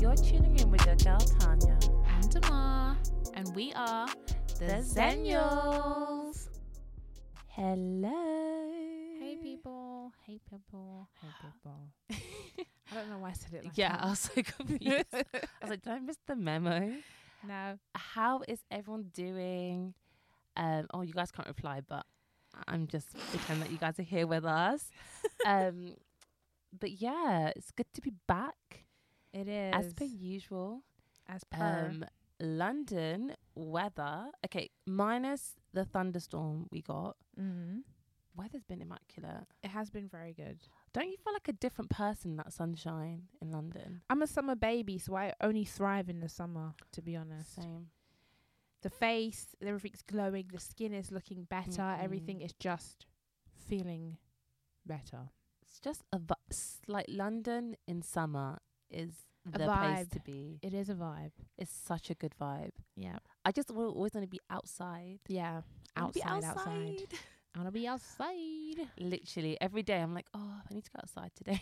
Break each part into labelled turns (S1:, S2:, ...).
S1: You're tuning in with your girl Tanya.
S2: and Amar, and we are the Zenuals.
S1: Hello.
S2: Hey people, hey people.
S1: Hey people.
S2: I don't know why I said it like
S1: Yeah, I
S2: that.
S1: was so confused. I was like, did I miss the memo?
S2: no.
S1: How is everyone doing? Um, oh, you guys can't reply, but I'm just pretending that you guys are here with us. Um, but yeah, it's good to be back
S2: It is
S1: as per usual.
S2: as
S1: Um, London weather. Okay, minus the thunderstorm we got.
S2: mm-hmm.
S1: Weather's been immaculate.
S2: It has been very good.
S1: Don't you feel like a different person in that sunshine in London?
S2: I'm a summer baby, so I only thrive in the summer, to be honest.
S1: Same.
S2: The face, everything's glowing, the skin is looking better,
S1: Mm-mm.
S2: everything is just feeling better.
S1: It's just a vi- s- like London in summer is
S2: A
S1: the place to
S2: vibe.
S1: be.
S2: It is a vibe.
S1: It's such a good vibe.
S2: Yeah.
S1: I just will always want to be outside.
S2: Yeah.
S1: I wanna be
S2: Outside, outside. I wanna be outside.
S1: Literally every day, I'm like, oh, I need to go outside today.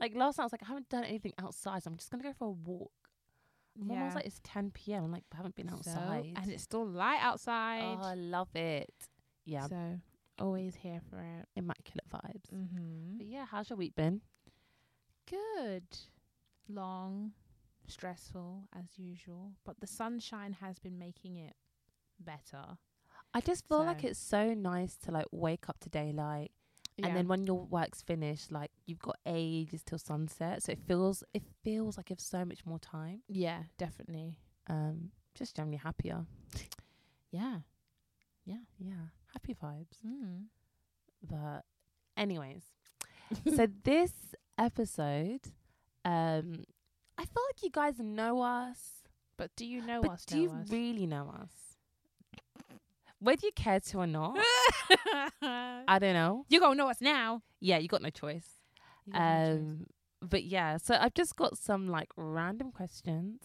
S1: like last night, I was like, I haven't done anything outside, so I'm just gonna go for a walk. My Mum was like, it's 10 p.m. I'm like, I haven't been
S2: So-
S1: outside.
S2: and it's still light outside.
S1: oh, I love it. Yeah,
S2: So always here for it.
S1: immaculate vibes.
S2: Mm-hmm.
S1: But yeah, how's your week been?
S2: Good. Long, stressful as usual, but the sunshine has been making it better.
S1: I just feel like
S2: So-
S1: it's so nice to like wake up to daylight, and then when your work's finished, like you've got ages till sunset, so it feels it feels like you have so much more time.
S2: yeah, definitely.
S1: Um, just generally happier.
S2: Yeah.
S1: Yeah, happy vibes.
S2: Mm.
S1: But anyways, so this episode, um, I feel like you guys know us,
S2: But do you know
S1: but
S2: us?
S1: do
S2: know
S1: you
S2: us?
S1: really know us? Whether you care to or not, I don't know.
S2: you gonna know us now.
S1: Yeah, you got no choice.
S2: You gonna choose.
S1: Um, but yeah, so I've just got some like random questions.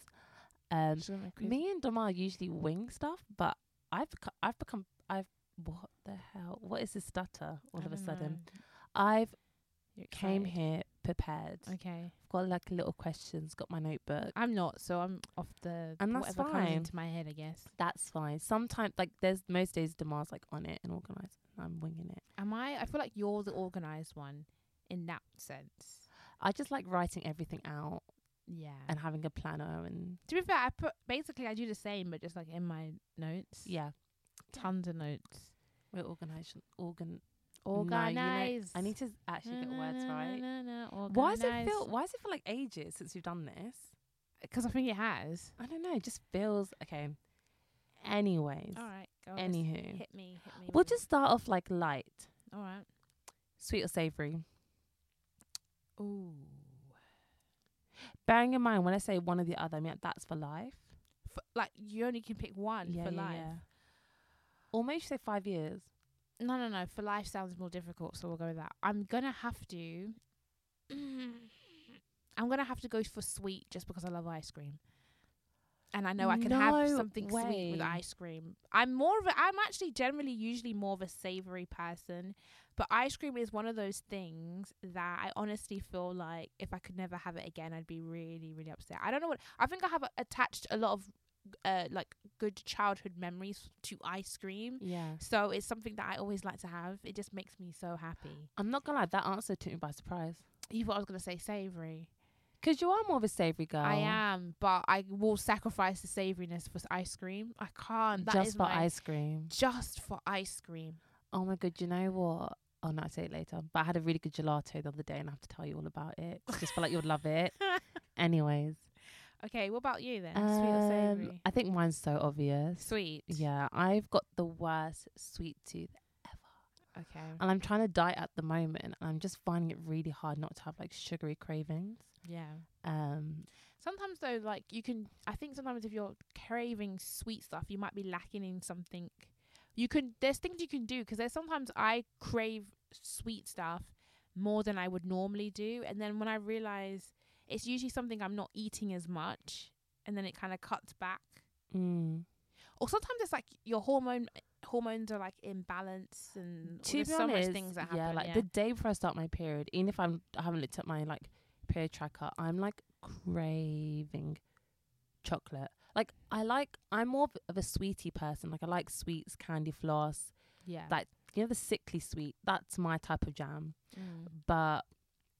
S1: Um,
S2: Just wanna quiz-
S1: me and Damar usually wing stuff, but I've beco- I've become I've what the hell? What is this stutter? All
S2: I
S1: of a
S2: don't
S1: sudden,
S2: know.
S1: I've
S2: You're
S1: came
S2: excited.
S1: here prepared.
S2: Okay.
S1: Got like little questions. Got my notebook.
S2: I'm not, so I'm off the
S1: And that's
S2: whatever comes
S1: fine.
S2: into my head, I guess.
S1: That's fine. Sometimes like there's most days Damar's like on it and organized, and I'm winging it.
S2: Am I? I feel like you're the organized one in that sense.
S1: I just like writing everything out
S2: Yeah.
S1: and having a planner and
S2: to be fair, I put basically I do the same, but just like in my notes.
S1: yeah,
S2: Tons of notes.
S1: we're organized. Organ.
S2: Organized.
S1: No, you know, I need to actually get words right. Why does it feel? Why does it feel like ages since we've done this?
S2: Because I think it has.
S1: I don't know. It just feels okay. Anyways,
S2: All right. Go on, let's-
S1: anywho,
S2: Hit me. Hit me.
S1: we'll
S2: with-
S1: just start off like light,
S2: All right.
S1: sweet or savory.
S2: Ooh.
S1: Bearing in mind when I say one or the other, I mean that's for life.
S2: For, like you only can pick one for life.
S1: Almost say five years.
S2: No, no, no. For life sounds more difficult, so we'll go with that. I'm gonna have to. I'm gonna have to go for sweet just because I love ice cream, and I know I can have
S1: No
S2: something sweet
S1: way.
S2: with ice cream. I'm more of a. I'm actually generally usually more of a savory person, but ice cream is one of those things that I honestly feel like if I could never have it again, I'd be really, really upset. I don't know what. I think I have attached a lot of uh, like good childhood memories to ice cream.
S1: Yeah.
S2: So it's something that I always like to have. It just makes me so happy.
S1: I'm not gonna lie, that answer took me by surprise.
S2: You thought I was gonna say savory.
S1: 'Cause you are more of a savory girl.
S2: I am, but I will sacrifice the savoriness for s- ice cream. I can't. That is
S1: just for
S2: my,
S1: ice cream.
S2: Just for ice cream.
S1: Oh my god, you know what? Oh no, I'll say it later. But I had a really good gelato the other day and I have to tell you all about it. 'cause I just feel like you'd love it. Anyways.
S2: Okay, what about you then? Sweet or
S1: Um,
S2: savory?
S1: I think mine's so obvious.
S2: Sweet.
S1: Yeah, I've got the worst sweet tooth.
S2: Okay.
S1: And I'm trying to diet at the moment. And I'm just finding it really hard not to have like sugary cravings.
S2: Yeah.
S1: Um,
S2: Sometimes though, like you can, I think sometimes if you're craving sweet stuff, you might be lacking in something. You can, there's things you can do 'cause there's sometimes I crave sweet stuff more than I would normally do, and then when I realize it's usually something I'm not eating as much, and then it kind of cuts back.
S1: mm.
S2: Or sometimes it's like your hormone hormones are like imbalanced, and
S1: To
S2: there's
S1: be
S2: so
S1: honest,
S2: much things that happen.
S1: yeah, like the day before I start my period, even if I'm I haven't looked at my like period tracker, I'm like craving chocolate. Like I like I'm more of- of a sweetie person. Like I like sweets, candy floss,
S2: Yeah.
S1: that- you know the sickly sweet. That's my type of jam.
S2: Mm.
S1: But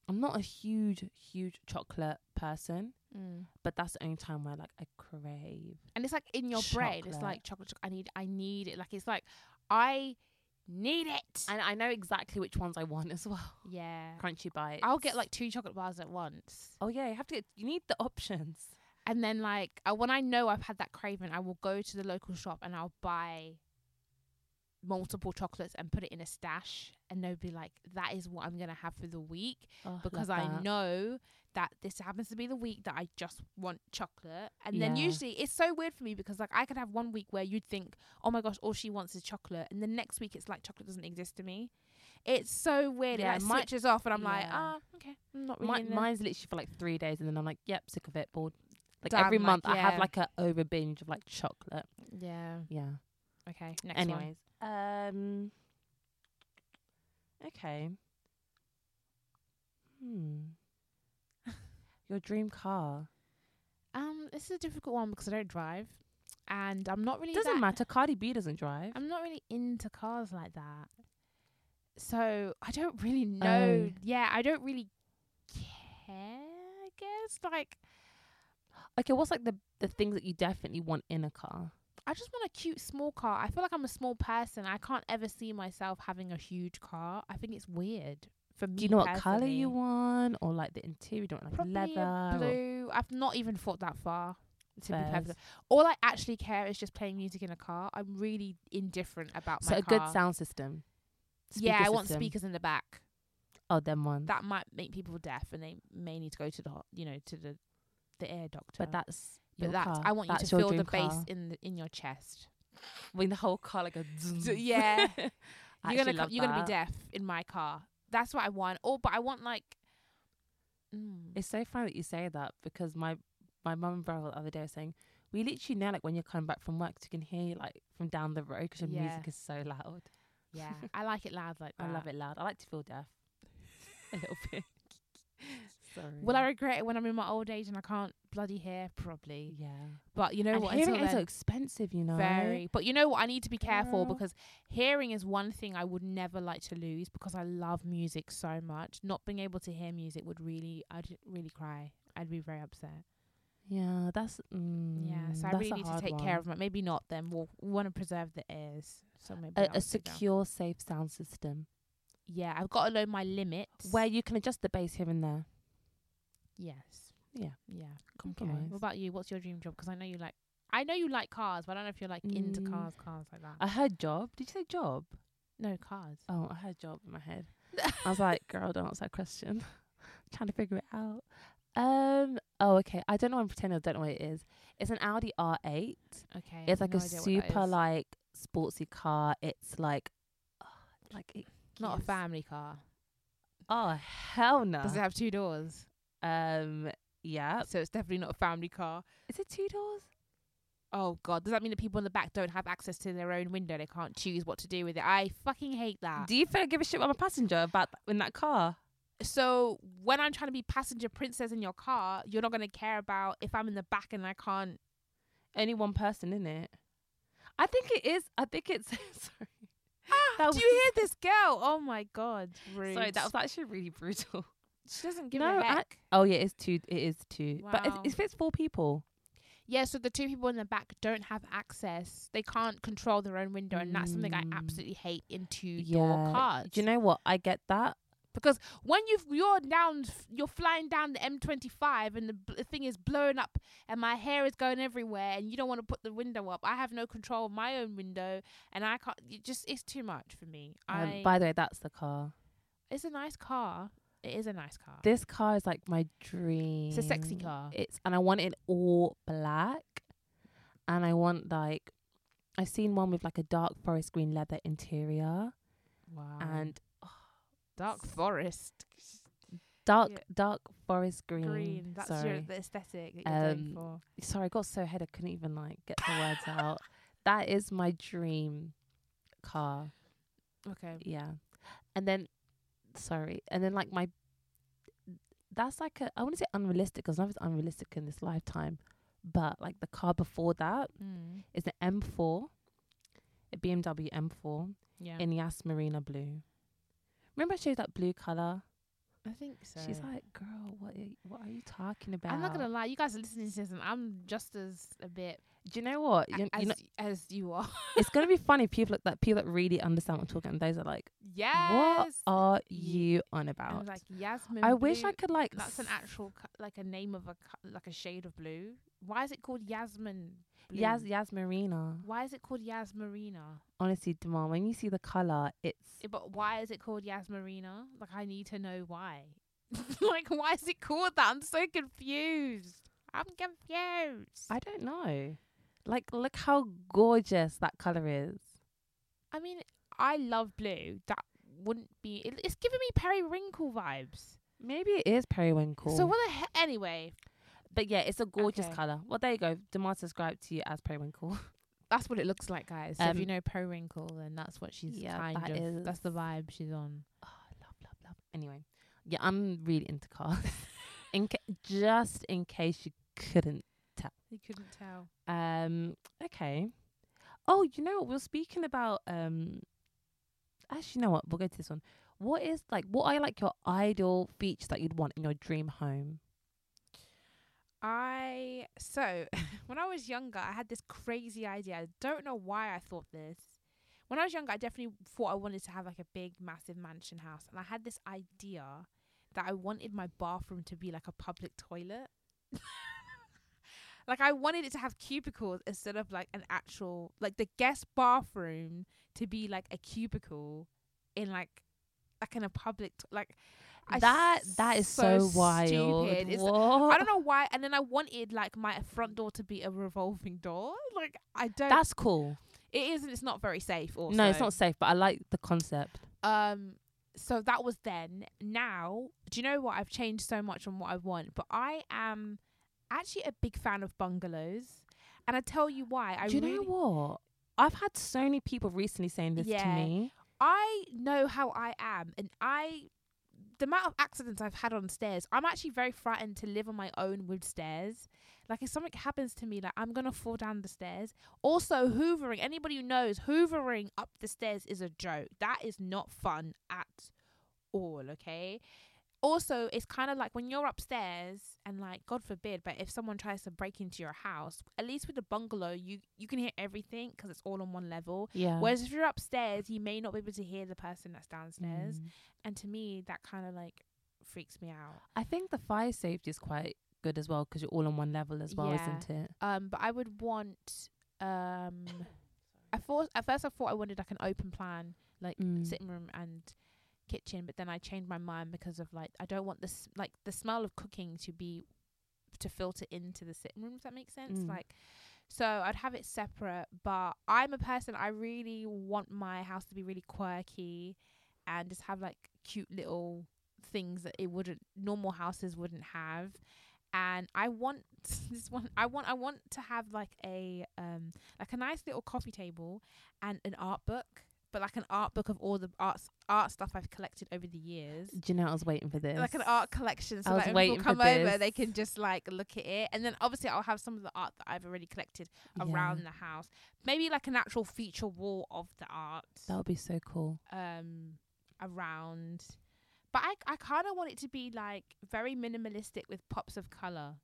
S1: I'm not a huge huge chocolate person,
S2: Mm.
S1: but that's the only time where like I crave.
S2: And it's like in your brain. It's
S1: Chocolate.
S2: like chocolate, chocolate. I need. I need it. Like it's like I need it.
S1: And I know exactly which ones I want as well.
S2: yeah.
S1: Crunchy bites.
S2: I'll get like two chocolate bars at once.
S1: Oh yeah, you have to get you need the options.
S2: And then like I, when I know I've had that craving, I will go to the local shop and I'll buy multiple chocolates and put it in a stash and they'll be like that is what I'm going to have for the week
S1: Oh,
S2: because I know that this happens to be the week that I just want chocolate. And then
S1: Yeah.
S2: usually it's so weird for me because like I could have one week where you'd think, "Oh my gosh, all she wants is chocolate." And the next week it's like chocolate doesn't exist to me. It's so weird.
S1: Yeah,
S2: it like,
S1: my-
S2: switches off and I'm like,
S1: yeah.
S2: "Ah, okay. I'm not really
S1: My,
S2: in the-
S1: mine's literally for like three days and then I'm like, yep, sick of it, bored. Like
S2: Done,
S1: every
S2: like,
S1: month I
S2: yeah.
S1: have like a over binge of like chocolate.
S2: Yeah.
S1: Yeah.
S2: Okay. Next one.
S1: Anyways. Um Okay. Hmm. Your dream car.
S2: Um, this is a difficult one because I don't drive, and I'm not really.
S1: Doesn't
S2: that-
S1: matter. Cardi B doesn't drive.
S2: I'm not really into cars like that, so I don't really
S1: Oh.
S2: know. Yeah, I don't really care. I guess like
S1: Okay, what's like the the things that you definitely want in a car?
S2: I just want a cute small car. I feel like I'm a small person. I can't ever see myself having a huge car. I think it's weird for me.
S1: Do you know what color
S2: personally.
S1: you want, or like the interior? You don't want, like
S2: Probably a
S1: leather. or-
S2: blue. I've not even thought that far. To be
S1: Fairs.
S2: perfect, all I actually care is just playing music in a car. I'm really indifferent about
S1: So
S2: my
S1: a
S2: car.
S1: good sound system.
S2: yeah,
S1: Speaker
S2: I want
S1: system.
S2: speakers in the back.
S1: Oh, them ones.
S2: That might make people deaf, and they may need to go to the ho you know to the the ear doctor.
S1: but that's
S2: but
S1: your
S2: that's
S1: car.
S2: I want you
S1: That's
S2: to
S1: your
S2: feel the
S1: dream
S2: bass
S1: car.
S2: in the, in your chest.
S1: when the whole car like a
S2: So, yeah,
S1: Mm. I
S2: you're
S1: actually
S2: gonna come,
S1: love
S2: you're gonna be
S1: that.
S2: deaf in my car. That's what I want. Oh, but I want like. Mm,
S1: It's so funny that you say that because my my mum and brother the other day were saying we literally know like when you're coming back from work 'cause you can hear you like from down the road 'cause your
S2: Yeah.
S1: music is so loud.
S2: yeah, Uh, I like it loud like that.
S1: I love it loud. I like to feel deaf a little bit. Sorry.
S2: Will I regret it when I'm in my old age and I can't bloody hear? Probably.
S1: yeah.
S2: But you know
S1: and
S2: what?
S1: hearing
S2: until
S1: aids
S2: then-
S1: are expensive, you know.
S2: Very. But you know what? I need to be careful
S1: Girl.
S2: because hearing is one thing I would never like to lose because I love music so much. Not being able to hear music would really, I'd really cry. I'd be very upset.
S1: Yeah, that's mm,
S2: yeah. So I
S1: that's
S2: really
S1: a
S2: need to
S1: hard
S2: take
S1: one.
S2: care of my. Maybe not them. We'll want to preserve the ears. So maybe
S1: a,
S2: I'll
S1: a
S2: sit down.
S1: secure, safe sound system
S2: Yeah, I've got to know my limits.
S1: where you can adjust the bass here and there.
S2: Yes.
S1: Yeah.
S2: Yeah. Okay.
S1: Compromise.
S2: What about you? What's your dream job? 'Cause I know you like. I know you like cars, but I don't know if you're like into
S1: Mm.
S2: cars, cars like that.
S1: I heard job. Did you say job?
S2: no cars.
S1: Oh, I heard job in my head. I was like, girl, don't answer that question. trying to figure it out. Um. Oh, okay. I don't know. I'm pretending I don't know what it is. It's an Audi R8.
S2: Okay.
S1: It's like
S2: no
S1: a
S2: idea what that
S1: super
S2: is.
S1: like sportsy car. It's like, oh, like it
S2: Not a
S1: gives-
S2: family car.
S1: Oh hell no.
S2: Does it have two doors?
S1: um. Yeah.
S2: So it's definitely not a family car.
S1: Is it two doors?
S2: Oh god, does that mean the people in the back don't have access to their own window? They can't choose what to do with it. I fucking hate that.
S1: Ah. Do you feel give a shit about my passenger about th- in that car?
S2: so when I'm trying to be passenger princess in your car, you're not gonna care about if I'm in the back and I can't.
S1: Only one person in it. I think it is. I think it's. sorry.
S2: Ah,
S1: That
S2: do you hear this girl? Oh my god, rude.
S1: Sorry, that was actually really brutal.
S2: she doesn't give
S1: No,
S2: a
S1: I-
S2: heck.
S1: Oh yeah, it's two. It is two. But
S2: Wow.
S1: it, it fits four people.
S2: yeah, so the two people in the back don't have access. They can't control their own window, and that's something I
S1: Mm.
S2: absolutely hate in two-door
S1: Yeah.
S2: cars.
S1: Do you know what? I get that.
S2: because when you've you're down you're flying down the M25 and the bl- thing is blowing up and my hair is going everywhere and you don't want to put the window up I have no control of my own window and I can't it just it's too much for me
S1: Um,
S2: I
S1: by the way, that's the car.
S2: it's a nice car it is a nice car
S1: This car is like my dream.
S2: it's a sexy car
S1: It's and I want it in all black, and I want like I've seen one with like a dark forest green leather interior
S2: wow
S1: and
S2: dark forest
S1: dark
S2: Yeah.
S1: dark forest green.
S2: green that's
S1: Sorry,
S2: your the aesthetic that you're going
S1: Um,
S2: for
S1: sorry, I got so head I couldn't even like get the words out. That is my dream car.
S2: okay
S1: Yeah. And then sorry. And then like my that's like a I want to say unrealistic because nothing's unrealistic in this lifetime. But like the car before that
S2: Mm.
S1: is the M4, a BMW M4
S2: Yeah.
S1: in Yas Marina blue. Remember I showed you that blue color?
S2: I think so.
S1: She's like, girl, what are you, what are you talking about?
S2: I'm not gonna lie, you guys are listening to this, and I'm just as a bit
S1: Do you know what? You,
S2: as
S1: you know,
S2: as you are.
S1: it's gonna be funny. People that like, people that really understand what I'm talking, and those are like,
S2: yes.
S1: what are
S2: Ye-
S1: you on
S2: I was
S1: about?
S2: like Yasmin.
S1: I wish
S2: blue,
S1: I could like.
S2: That's an
S1: s-
S2: actual co- like a name of a co- like a shade of blue. Why is it called Yasmin? Blue?
S1: Yas Yas Marina.
S2: Why is it called Yasmarina?
S1: Honestly, Demar, when you see the color, it's
S2: Eh, But why is it called Yasmarina? Like I need to know why. like why is it called that? I'm so confused. I'm confused.
S1: I don't know. Like, look how gorgeous that color is.
S2: I mean, I love blue. That wouldn't be. It, it's giving me periwinkle vibes.
S1: Maybe it is periwinkle.
S2: So what the heck? Anyway,
S1: But yeah, it's a gorgeous
S2: Okay.
S1: color. Well, there you go. Demar described to you as periwinkle.
S2: that's what it looks like, guys. So if you
S1: Um,
S2: know periwinkle, then that's what she's
S1: yeah,
S2: kind
S1: that
S2: of.
S1: is-
S2: That's the vibe she's on.
S1: Oh, love, love, love. Anyway, yeah, I'm really into cars. in ca- just in case you couldn't.
S2: You couldn't tell.
S1: Um. Okay. Oh, you know what? We're speaking about. Um. Actually, you know what? We'll go to this one. What is like? What are like your ideal features that you'd want in your dream home?
S2: I so when I was younger, I had this crazy idea. I don't know why I thought this. When I was younger, I definitely thought I wanted to have like a big, massive mansion house, and I had this idea that I wanted my bathroom to be like a public toilet. like I wanted it to have cubicles instead of like an actual like the guest bathroom to be like a cubicle in like like in a public t- like I
S1: that that is so, wild.
S2: stupid. It's
S1: What?
S2: I don't know why. And then I wanted like my front door to be a revolving door. Like I don't.
S1: That's cool.
S2: it is and it's not very safe. Also,
S1: No, it's not safe, but I like the concept.
S2: Um. So that was then. Now, do you know what? I've changed so much on what I want, but I am actually a big fan of bungalows, and I tell you why. I
S1: Do you
S2: really,
S1: know what? I've had so many people recently saying this to
S2: Yeah.
S1: me.
S2: I know how I am, and I. The amount of accidents I've had on stairs, I'm actually very frightened to live on my own with stairs. Like if something happens to me, like I'm gonna fall down the stairs. Also, hoovering. Anybody who knows, hoovering up the stairs is a joke. That is not fun at all. Okay. Also, it's kind of like when you're upstairs and like God forbid, but if someone tries to break into your house, at least with the bungalow, you you can hear everything 'cause it's all on one level.
S1: Yeah.
S2: Whereas if you're upstairs, you may not be able to hear the person that's downstairs.
S1: Mm.
S2: And to me, that kind of like freaks me out.
S1: I think the fire safety is quite good as well because you're all on one level as well,
S2: Yeah.
S1: isn't it?
S2: Um, but I would want. Um, I thought at first I thought I wanted like an open plan, like
S1: Mm.
S2: sitting room and kitchen. But then I changed my mind because of like I don't want this like the smell of cooking to be to filter into the sitting room. If that makes sense,
S1: Mm.
S2: like. So I'd have it separate, but I'm a person I really want my house to be really quirky. and just have like cute little things that it wouldn't normal houses wouldn't have and i want this one i want i want to have like a um like a nice little coffee table and an art book but like an art book of all the arts art stuff i've collected over the years
S1: Do you know I was waiting for this?
S2: like an art collection so
S1: I was
S2: that when
S1: waiting
S2: people
S1: for
S2: come over
S1: this.
S2: they can just like look at it and then obviously i'll have some of the art that i've already collected
S1: Yeah.
S2: around the house maybe like an actual feature wall of the art
S1: That would be so cool.
S2: um around but i i kind of want it to be like very minimalistic with pops of color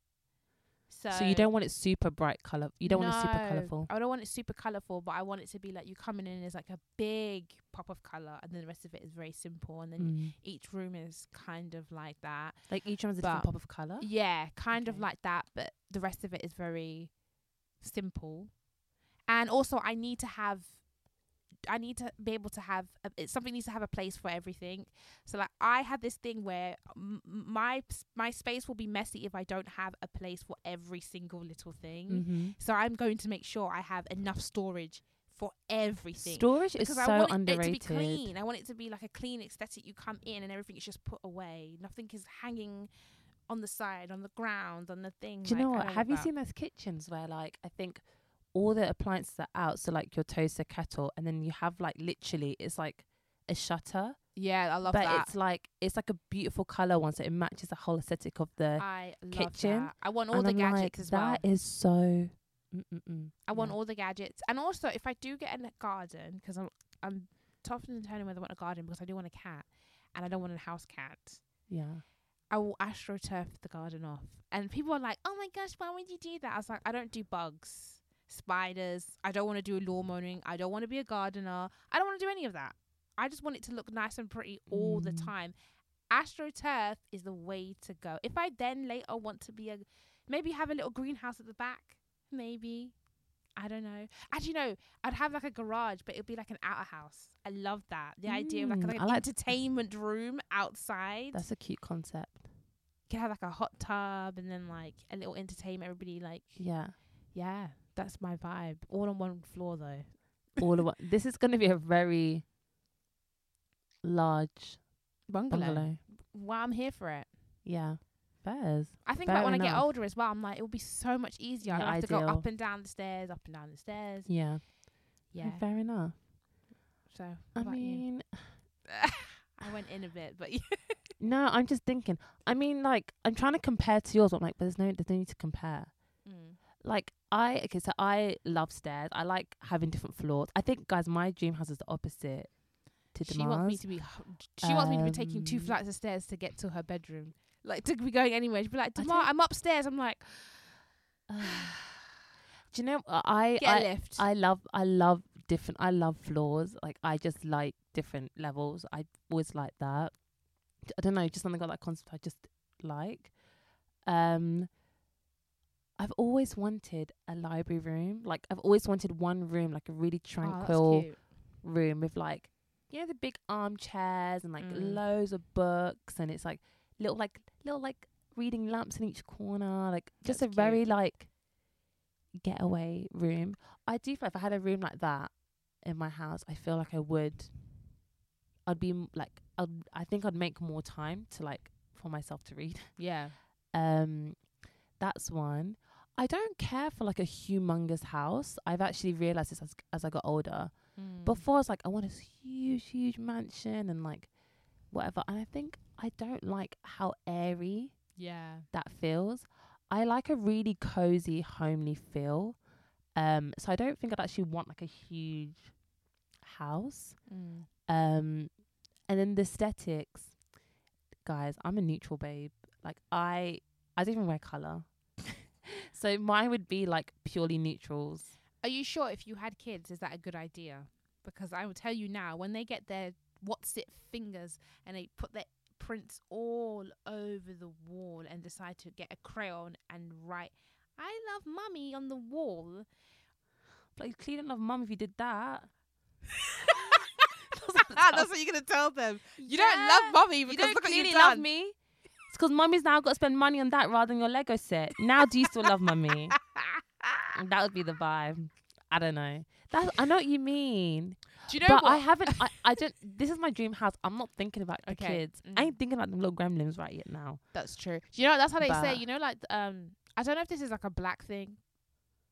S2: so,
S1: So, you don't want it super bright color. You don't want it super
S2: No,
S1: colorful.
S2: i don't want it super colorful but i want it to be like you coming in as like a big pop of color and then the rest of it is very simple and then
S1: Mm.
S2: each room is kind of like that
S1: Like each one has a different
S2: But-
S1: pop of color.
S2: yeah kind
S1: Oh,
S2: of
S1: Okay.
S2: like that but the rest of it is very simple and also i need to have I need to be able to have a, it, something needs to have a place for everything. So like I had this thing where m- m- my s- my space will be messy if I don't have a place for every single little thing.
S1: Mm-hmm.
S2: So I'm going to make sure I have enough storage for everything.
S1: Storage is
S2: because
S1: so
S2: I want
S1: underrated.
S2: it to be clean. I want it to be like a clean aesthetic. You come in and everything is just put away. Nothing is hanging on the side, on the ground, on the thing.
S1: Do you know
S2: like, I
S1: what? Have you
S2: that.
S1: seen those kitchens where, like, I think all the appliances are out, so like your toaster kettle, and then you have like literally it's like a shutter
S2: Yeah, I love
S1: but
S2: that.
S1: it's like it's like a beautiful color one, so it matches the whole aesthetic of the
S2: I love
S1: kitchen,
S2: that. I want all
S1: and
S2: the
S1: I'm like,
S2: gadgets as well.
S1: That is so. mm, Mm-mm-mm.
S2: I want all the gadgets. And also, if I do get a garden, because I'm I'm tossing and turning whether I want a garden because I do want a cat, and I don't want a house cat.
S1: Yeah.
S2: I will astroturf the garden off. And people are like, "Oh my gosh, why would you do that?" I was like, "I don't do bugs, spiders. I don't want to do lawn mowing. I don't want to be a gardener. I don't want to do any of that. I just want it to look nice and pretty all the
S1: Mm.
S2: time." Astroturf is the way to go. If I then later want to be a, maybe have a little greenhouse at the back, maybe. I don't know. Actually, no. I'd have like a garage, but it'd be like an outerhouse. I love that. The idea of like,
S1: Mm,
S2: like
S1: I
S2: an
S1: like-
S2: entertainment room outside
S1: That's a cute concept.
S2: could have like a hot tub and then like a little entertainment. Everybody like,
S1: Yeah.
S2: yeah, that's my vibe. All on one floor though.
S1: All of what, this is going to be a very large
S2: Bungalow.
S1: bungalow.
S2: Well, I'm here for it.
S1: Yeah. Fairs.
S2: I think
S1: Fair
S2: like when I get
S1: enough.
S2: older as well, I'm like, it'll be so much easier. I
S1: Yeah,
S2: don't have to go
S1: ideal.
S2: up and down the stairs, up and down the stairs.
S1: Yeah.
S2: Yeah.
S1: Fair enough.
S2: So
S1: I
S2: what about you?
S1: mean,
S2: I went in a bit, but
S1: no, I'm just thinking. I mean, like, I'm trying to compare to yours. I'm like, but there's no, there's no need to compare.
S2: Mm.
S1: Like, I, okay, so I love stairs. I like having different floors. I think, guys, my dream house is the opposite to
S2: she wants me
S1: Damar's.
S2: to be. She wants me to be taking two
S1: Um,
S2: flights of stairs to get to her bedroom. Like to be going anywhere. She'd be like,
S1: I
S2: Tomorrow
S1: don't-
S2: I'm upstairs. I'm like,
S1: Ah. Do you know, I,
S2: get
S1: I,
S2: a lift. Oh,
S1: I love I love different I love floors. Like I just like different levels. I always like that. J- I don't know, just something got that concept I just like. Um I've always wanted a library room. Like I've always wanted one room, like a really
S2: Oh, that's
S1: tranquil
S2: cute.
S1: room with like you know the big armchairs and like
S2: Mm.
S1: loads of books and it's like little like little like reading lamps in each corner like just
S2: That's
S1: a very like getaway room i do feel if i had a room like that in my house i feel like i would i'd be m- like I'd, i think i'd make more time to like for myself to read
S2: Yeah.
S1: um that's one i don't care for like a humongous house i've actually realized this as, as i got older
S2: Mm.
S1: before I was like, I want this huge, huge mansion and like whatever. And I think I don't like how airy
S2: Yeah.
S1: that feels. I like a really cozy, homely feel. Um, so I don't think I'd actually want like a huge house.
S2: Mm.
S1: Um, and then the aesthetics, guys. I'm a neutral babe. Like I, I don't even wear color. so mine would be like purely neutrals.
S2: Are you sure if you had kids, is that a good idea? Because I will tell you now, when they get their what's it fingers and they put their prints all over the wall and decide to get a crayon and write, I love mummy on the wall.
S1: Like cleaning love mum if you did that.
S2: That's what you're going to tell them. You don't love
S1: Yeah.
S2: mummy
S1: You
S2: because
S1: don't
S2: look what
S1: clearly
S2: you've
S1: love
S2: done.
S1: me. It's 'cause mummy's now got to spend money on that rather than your Lego set. Now, do you still love mummy? That would be the vibe. I don't know. That's, I know what you mean,
S2: Do you know
S1: but
S2: what?
S1: I haven't. I, I don't. This is my dream house. I'm not thinking about the
S2: Okay.
S1: kids.
S2: Mm.
S1: I ain't thinking about them little gremlins right yet now.
S2: That's true. Do you know that's how they say?
S1: But-
S2: You know, like um, I don't know if this is like a black thing,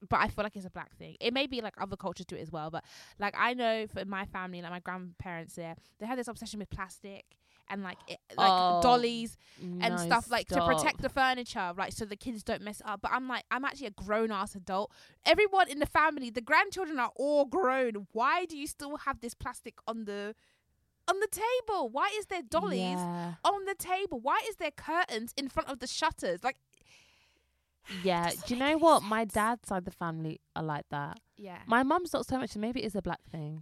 S2: but I feel like it's a black thing. It may be like other cultures do it as well, but like I know for my family, like my grandparents there, they had this obsession with plastic and like it, like
S1: Oh,
S2: dollies and
S1: No,
S2: stuff like to protect
S1: stop.
S2: the furniture, right? So the kids don't mess up. But I'm like, I'm actually a grown ass adult. Everyone in the family, the grandchildren are all grown. Why do you still have this plastic on the on the table? Why is there dollies?
S1: Yeah,
S2: on the table? Why is there curtains in front of the shutters? Like,
S1: yeah.
S2: Doesn't
S1: Do you
S2: make
S1: know
S2: any
S1: what? My
S2: sense.
S1: dad's side of the family are like that.
S2: yeah,
S1: My mum's not so much. So maybe it is a black thing,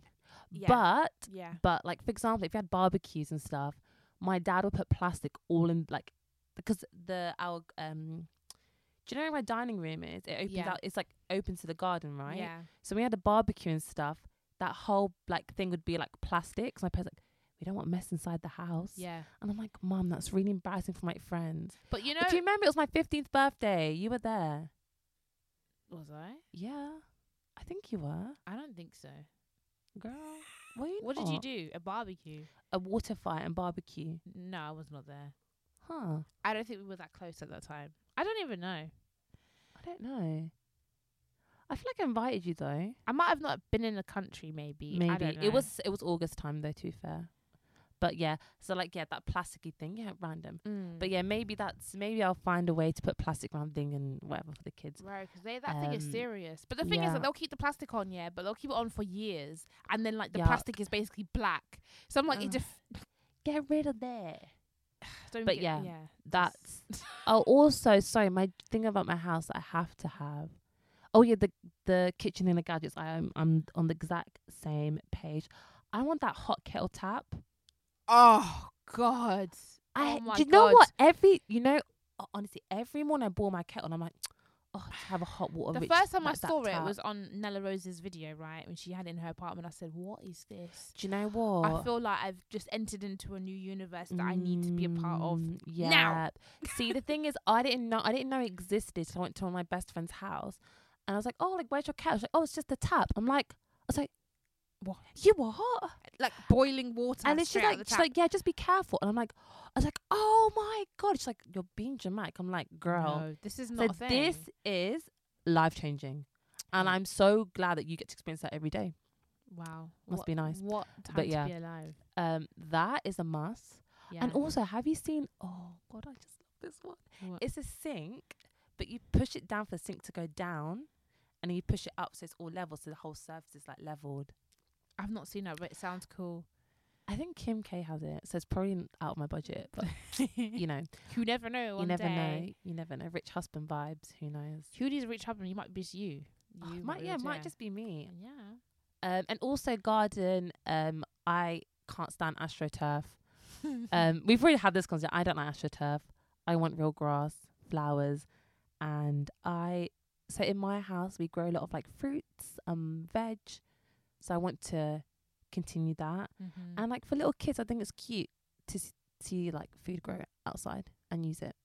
S2: Yeah.
S1: but
S2: yeah,
S1: But like for example, if you had barbecues and stuff, my dad would put plastic all in like because the our um do you know where my dining room is? It opens
S2: Yeah.
S1: out it's like open to the garden, right?
S2: yeah.
S1: So we had a barbecue and stuff, that whole like thing would be like plastic. So my parents like, We don't want mess inside the house.
S2: Yeah,
S1: And I'm like, Mum, that's really embarrassing for my friends.
S2: but you know,
S1: But do you remember it was my fifteenth birthday? You were there.
S2: was I?
S1: Yeah. I think you were.
S2: I don't think so.
S1: Girl. Were you
S2: What did you
S1: not?
S2: do? A barbecue?
S1: A water fire and barbecue.
S2: No, I was not there.
S1: Huh.
S2: I don't think we were that close at that time. I don't even know.
S1: I don't know. I feel like I invited you though.
S2: I might have not been in the country. Maybe. I don't
S1: Maybe
S2: know.
S1: it was it was August time though. To be fair, But yeah, so like yeah, that plasticky thing, yeah, random.
S2: Mm.
S1: But yeah, maybe that's maybe I'll find a way to put plastic round thing and whatever for the kids.
S2: Right, 'cause they that thing is
S1: Um,
S2: serious. But the thing is
S1: yeah.
S2: that they'll keep the plastic on, yeah, but they'll keep it on for years, and then like the
S1: Yuck.
S2: plastic is basically black. So I'm like, it
S1: Ugh.
S2: just
S1: Get rid of that.
S2: don't
S1: But
S2: get-
S1: yeah,
S2: yeah,
S1: That's
S2: just-
S1: oh also sorry my thing about my house I have to have. Oh yeah, the the kitchen and the gadgets. I'm I'm on the exact same page. I want that hot kettle tap.
S2: oh god.
S1: I
S2: Oh my
S1: do you know
S2: God.
S1: what every you know ho- honestly every morning I boil my kettle and I'm like oh to have a hot water.
S2: The
S1: rich,
S2: first time I
S1: like, that
S2: saw it
S1: tap."
S2: was on Nella Rose's video, right? When she had it in her apartment, I said, "What is this?"
S1: Do you know what?
S2: I feel like I've just entered into a new universe that I need to be a part of.
S1: Mm, Yeah. See, the thing is, I didn't know. I didn't know it existed. So I went to one of my best friend's house, and I was like, "Oh, like where's your couch?" She's Like, "Oh, it's just a tap." I'm like, "I was like,
S2: What?
S1: You what?"
S2: Like boiling water.
S1: and then she's
S2: straight out
S1: like,
S2: the
S1: "She's
S2: tap.
S1: like, yeah, just be careful." And I'm like, "I was like, oh my god." She's like, "You're being dramatic." I'm like, "Girl,
S2: No, this is
S1: so
S2: not a thing.
S1: this is life changing." And
S2: Yeah.
S1: I'm so glad that you get to experience that every day.
S2: wow,
S1: Must
S2: what,
S1: be nice.
S2: What time
S1: But
S2: to
S1: yeah.
S2: be alive?
S1: Um, that is a must.
S2: Yeah.
S1: And also, have you seen? Oh God, I just love this one.
S2: What?
S1: It's a sink, but you push it down for the sink to go down, and then you push it up so it's all level, so the whole surface is like leveled.
S2: I've not seen that, but it sounds cool.
S1: I think Kim K has it, so it's probably n- out of my budget, but you know,
S2: You never know.
S1: you
S2: One
S1: never
S2: day.
S1: know. You never know. Rich husband vibes. Who knows?
S2: Who needs rich husband? You might be just you.
S1: Oh,
S2: You
S1: might
S2: might
S1: yeah,
S2: be-
S1: might just be me.
S2: Yeah.
S1: Um, and also garden. Um, I can't stand astroturf. Um, we've already had this concept. I don't like astroturf. I want real grass, flowers, and I. So in my house, we grow a lot of like fruits, um, veg. So I want to continue that,
S2: Mhm.
S1: and like for little kids, I think it's cute to s- see like food grow outside and use it.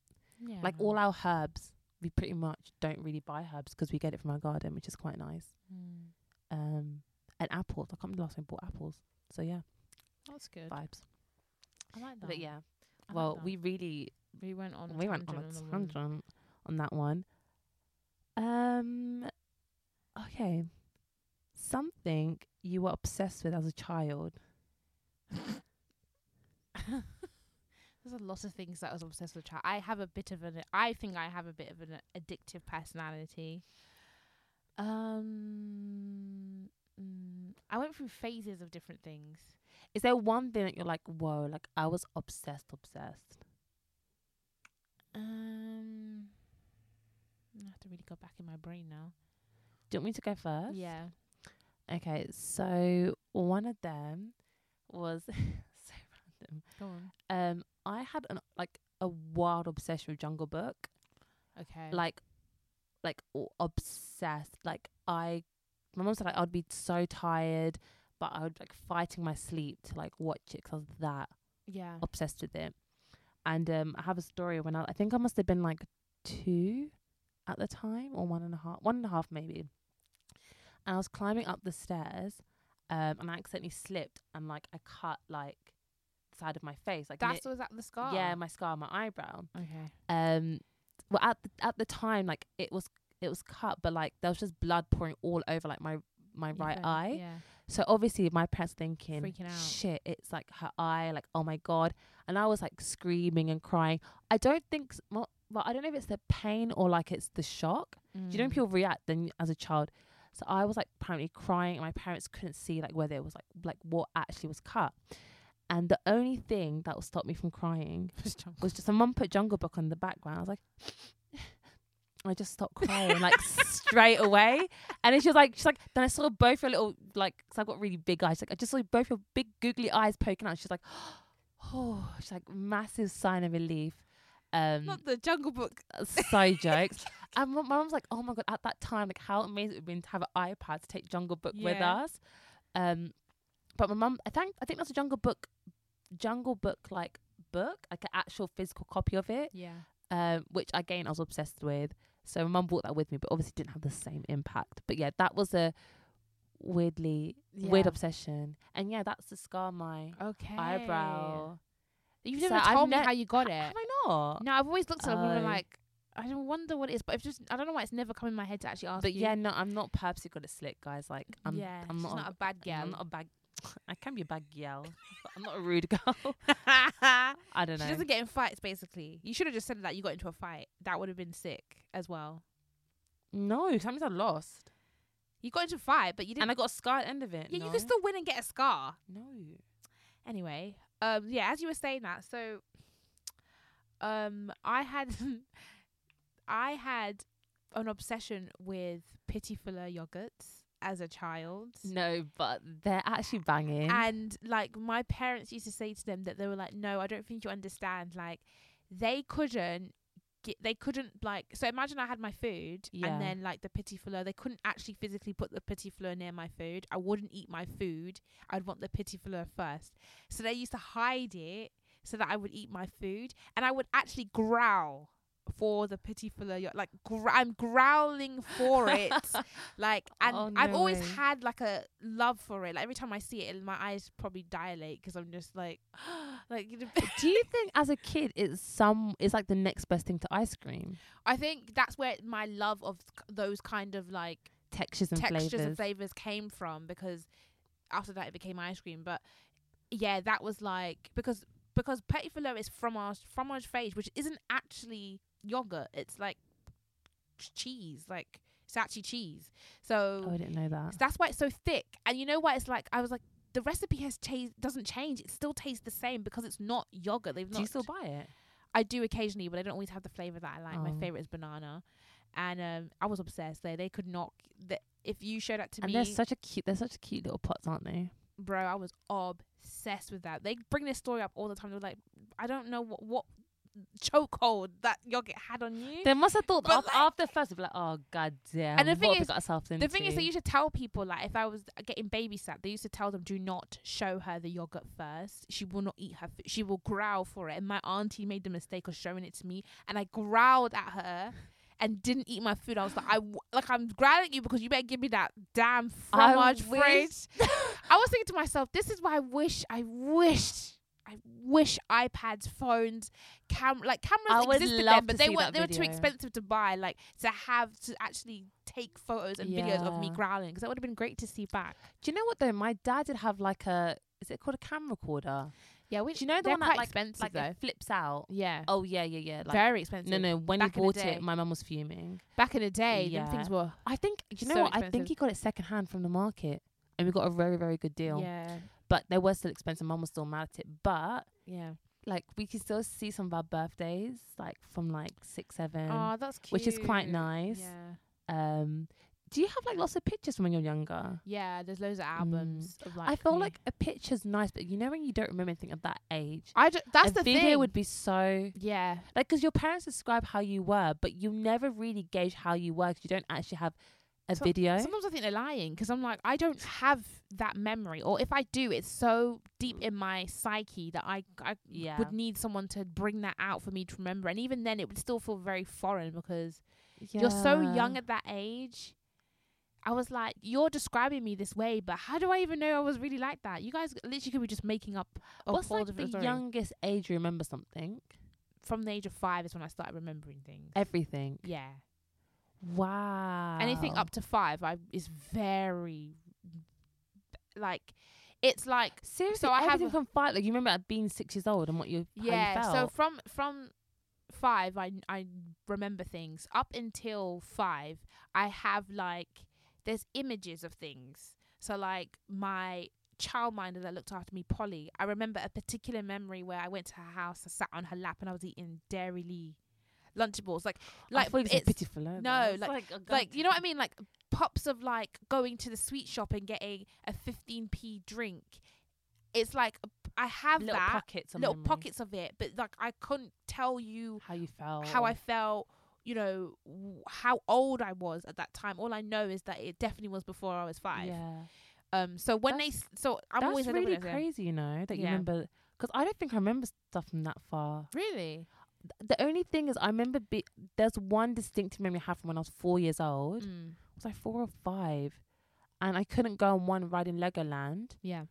S1: Like
S2: Yeah.
S1: all our herbs, we pretty much don't really buy herbs 'cause we get it from our garden, which is quite nice.
S2: Mm.
S1: Um, and apples. I can't remember the last time I bought apples. So yeah,
S2: That's good.
S1: vibes.
S2: I like that.
S1: But yeah,
S2: I like
S1: well,
S2: that.
S1: we really
S2: we went on. a
S1: we went on
S2: tangent
S1: a
S2: the one.
S1: tangent on that one. Um, okay, something you were obsessed with as a child.
S2: There's a lot of things that I was obsessed with. Child. I have a bit of an. I think I have a bit of an addictive personality. Um, mm, I went through phases of different things.
S1: Is there one thing that you're like, whoa, like I was obsessed, obsessed?
S2: Um, I have to really go back in my brain now.
S1: Do you want me to go first?
S2: Yeah.
S1: Okay, so one of them was so random.
S2: Go on.
S1: Um, I had an like a wild obsession with Jungle Book.
S2: Okay.
S1: like like o- obsessed like i my mum said like, i'd be so tired but i would like fighting my sleep to like watch it 'cause i was that
S2: yeah.
S1: obsessed with it and um i have a story when i, I think i must have been like two at the time or one and a half one and a half maybe and i was climbing up the stairs um and i accidentally slipped and like i cut like the side of my face like
S2: That's
S1: lit-
S2: was that the scar.
S1: yeah my scar my eyebrow
S2: okay.
S1: um well at the, at the time like it was it was cut but like there was just blood pouring all over like my my right
S2: Okay,
S1: eye
S2: Yeah.
S1: so obviously my parents thinking
S2: Freaking out.
S1: shit it's like her eye like oh my god and i was like screaming and crying i don't think s- well, well i don't know if it's the pain or like it's the shock do you know when
S2: Mm.
S1: people react then as a child so i was like apparently crying and my parents couldn't see like whether it was like like what actually was cut and the only thing that will stop me from crying was just a mum put Jungle Book on the background. I was like, I just stopped crying like straight away. And then she was like, she's like, then I saw both your little like, 'cause I've got really big eyes. Like I just saw both your big googly eyes poking out. She's like, oh, she's like massive sign of relief. Um,
S2: Not the Jungle Book.
S1: so jokes. And my my mum's like, oh my god, at that time, like how amazing it would have been to have an iPad to take Jungle Book with
S2: Yeah.
S1: us. Um, but my mum, I think I think that's a Jungle Book, Jungle Book like book, like an actual physical copy of it
S2: Yeah.
S1: um, which again I was obsessed with. So my mum bought that with me, but obviously didn't have the same impact. But yeah, that was a weirdly weird
S2: Yeah.
S1: obsession. And yeah, that's the scar on my
S2: Okay.
S1: eyebrow.
S2: You've
S1: So
S2: never
S1: I've
S2: told me
S1: ne-
S2: how you got
S1: Ha-
S2: it.
S1: Have I not?
S2: No, I've always looked at them and
S1: Oh.
S2: been like, I don't wonder what it is, but it's just I don't know why it's never come in my head to actually ask.
S1: But
S2: you.
S1: yeah, no, I'm not purposely got it slick, guys. Like I'm,
S2: yeah,
S1: I'm
S2: she's
S1: not,
S2: not, a bad
S1: yeah,
S2: girl.
S1: I'm not a bad. I can be a bad gal. I'm not a rude girl.
S2: she
S1: I don't know.
S2: doesn't get in fights, basically. You should have just said that you got into a fight. That would have been sick as well.
S1: no, sometimes I lost.
S2: You got into a fight, but you
S1: And
S2: didn't.
S1: I got a scar at the end of it.
S2: yeah,
S1: no.
S2: you can still win and get a scar.
S1: No.
S2: Anyway, um, yeah, as you were saying that, so, um, I had, I had an obsession with pitifula yogurts as a child.
S1: No, but they're actually banging.
S2: And like my parents used to say to them that they were like, no, I don't think you understand. Like they couldn't. Get, they couldn't like so imagine I had my food
S1: Yeah.
S2: and then like the petit fleur they couldn't actually physically put the petit fleur near my food I wouldn't eat my food I'd want the petit fleur first so they used to hide it so that I would eat my food and I would actually growl for the petit fleur yo- like gr- I'm growling for it like and
S1: Oh,
S2: I've
S1: no
S2: always
S1: way.
S2: had like a love for it. Like every time I see it, my eyes probably dilate 'cause I'm just like, like. you know-
S1: Uh, Do you think as a kid it's some it's like the next best thing to ice cream?
S2: I think that's where my love of c- those kind of like
S1: Textures and
S2: textures
S1: flavors.
S2: and flavors came from because after that it became ice cream. But yeah, that was like because because petit fillet is fromage fromage phage, which isn't actually yogurt. It's like ch- cheese, like it's actually cheese. So
S1: oh, I didn't know that.
S2: So that's why it's so thick. And you know why it's like I was like the recipe has changed doesn't change. It still tastes the same because it's not yogurt. They've
S1: Do
S2: not
S1: you still buy it?
S2: I do occasionally, but I don't always have the flavour that I like. My
S1: Oh.
S2: favourite is banana. And um I was obsessed there. They could not the, if you showed that to
S1: and
S2: me
S1: they're such a cute they're such cute little pots, aren't they?
S2: bro, I was obsessed with that. They bring this story up all the time. They're like, I don't know what what chokehold that yogurt had on you.
S1: They must have thought
S2: But
S1: af-
S2: like-
S1: after first they'd be like, oh god damn.
S2: the thing
S1: what have we
S2: is-
S1: got ourselves into?
S2: The thing is, they used to tell people like if I was uh, getting babysat, they used to tell them do not show her the yogurt first. She will not eat her. Food. She will growl for it. And my auntie made the mistake of showing it to me, and I growled at her and didn't eat my food. I was like, I w- like I'm growling at you because you better give me that damn
S1: I
S2: fromage
S1: wish-
S2: phrase. I was thinking to myself, this is why I wish, I wish. I wish iPads, phones, cam like
S1: I
S2: cameras
S1: would
S2: existed
S1: love
S2: then, but
S1: to
S2: they
S1: see
S2: were
S1: that
S2: they were too
S1: video.
S2: expensive to buy. Like to have to actually take photos and videos of me
S1: Yeah.
S2: growling because that would have been great to see back.
S1: Do you know what though? My dad did have like a is it called a cam recorder?
S2: Yeah, we.
S1: Do you know the
S2: they're
S1: one that
S2: quite
S1: like,
S2: expensive
S1: like
S2: though.
S1: it flips out?
S2: yeah,
S1: Oh yeah, yeah, yeah. Like
S2: very expensive.
S1: no, no. When
S2: Back
S1: he
S2: in the
S1: bought
S2: day.
S1: it, my mum was fuming.
S2: Back in the day, them things
S1: Yeah.
S2: were.
S1: I think you know
S2: So
S1: what? I
S2: expensive.
S1: think he got it secondhand from the market, and we got a very, very good deal.
S2: Yeah,
S1: But they were still expensive. Mum was still mad at it, but
S2: yeah.
S1: like we can still see some of our birthdays, like from like six, seven,
S2: oh, that's
S1: Um,
S2: cute.
S1: which is quite nice.
S2: Yeah,
S1: Um, do you have like lots of pictures from when you're younger?
S2: yeah. There's loads of albums. Of like
S1: Mm. I feel
S2: me.
S1: like a picture's nice, but you know when you don't remember anything at that age,
S2: I. Don't, that's
S1: a
S2: the
S1: video
S2: thing.
S1: would be so
S2: yeah,
S1: like because your parents describe how you were, but you never really gauge how you were 'cause you don't actually have a
S2: So-
S1: video.
S2: Sometimes I think they're lying 'cause I'm like, I don't have that memory, or if I do, it's so deep in my psyche that I, I
S1: Yeah.
S2: would need someone to bring that out for me to remember. And even then, it would still feel very foreign because you're so young
S1: Yeah.
S2: at that age. I was like, you're describing me this way, but how do I even know I was really like that? You guys literally could be just making up a
S1: What's
S2: whole
S1: like the
S2: different story.
S1: youngest age you remember something?
S2: From the age of five is when I started remembering things.
S1: Everything.
S2: yeah.
S1: Wow.
S2: anything up to five I is very like it's like
S1: Seriously,
S2: so I have
S1: everything
S2: a-
S1: from five. Like you remember at being six years old and what you how you
S2: yeah so
S1: felt.
S2: from from five I I remember things up until five I have like there's images of things so like my childminder that looked after me Polly I remember a particular memory where I went to her house I sat on her lap and I was eating Dairy Lee lunchables like like
S1: I thought it was
S2: it's-
S1: pitiful. eh,
S2: no,
S1: though. It's a gun-
S2: like you know what I mean, like pops of like going to the sweet shop and getting a 15p drink. It's like I have
S1: little
S2: that
S1: pockets, of
S2: little
S1: memory,
S2: pockets of it, but like I couldn't tell you
S1: How you felt?
S2: how I felt, you know, w- how old I was at that time. All I know is that it definitely was before I was five.
S1: Yeah.
S2: Um. So when they, s so I'm
S1: That's
S2: always
S1: really
S2: at the window.
S1: crazy, you know, that you
S2: Yeah.
S1: remember. Because I don't think I remember stuff from that far.
S2: Really?
S1: Th- The only thing is, I remember be- there's one distinctive memory I have from when I was four years old.
S2: Mm,
S1: was I four or five? And I couldn't go on one ride in Legoland
S2: yeah.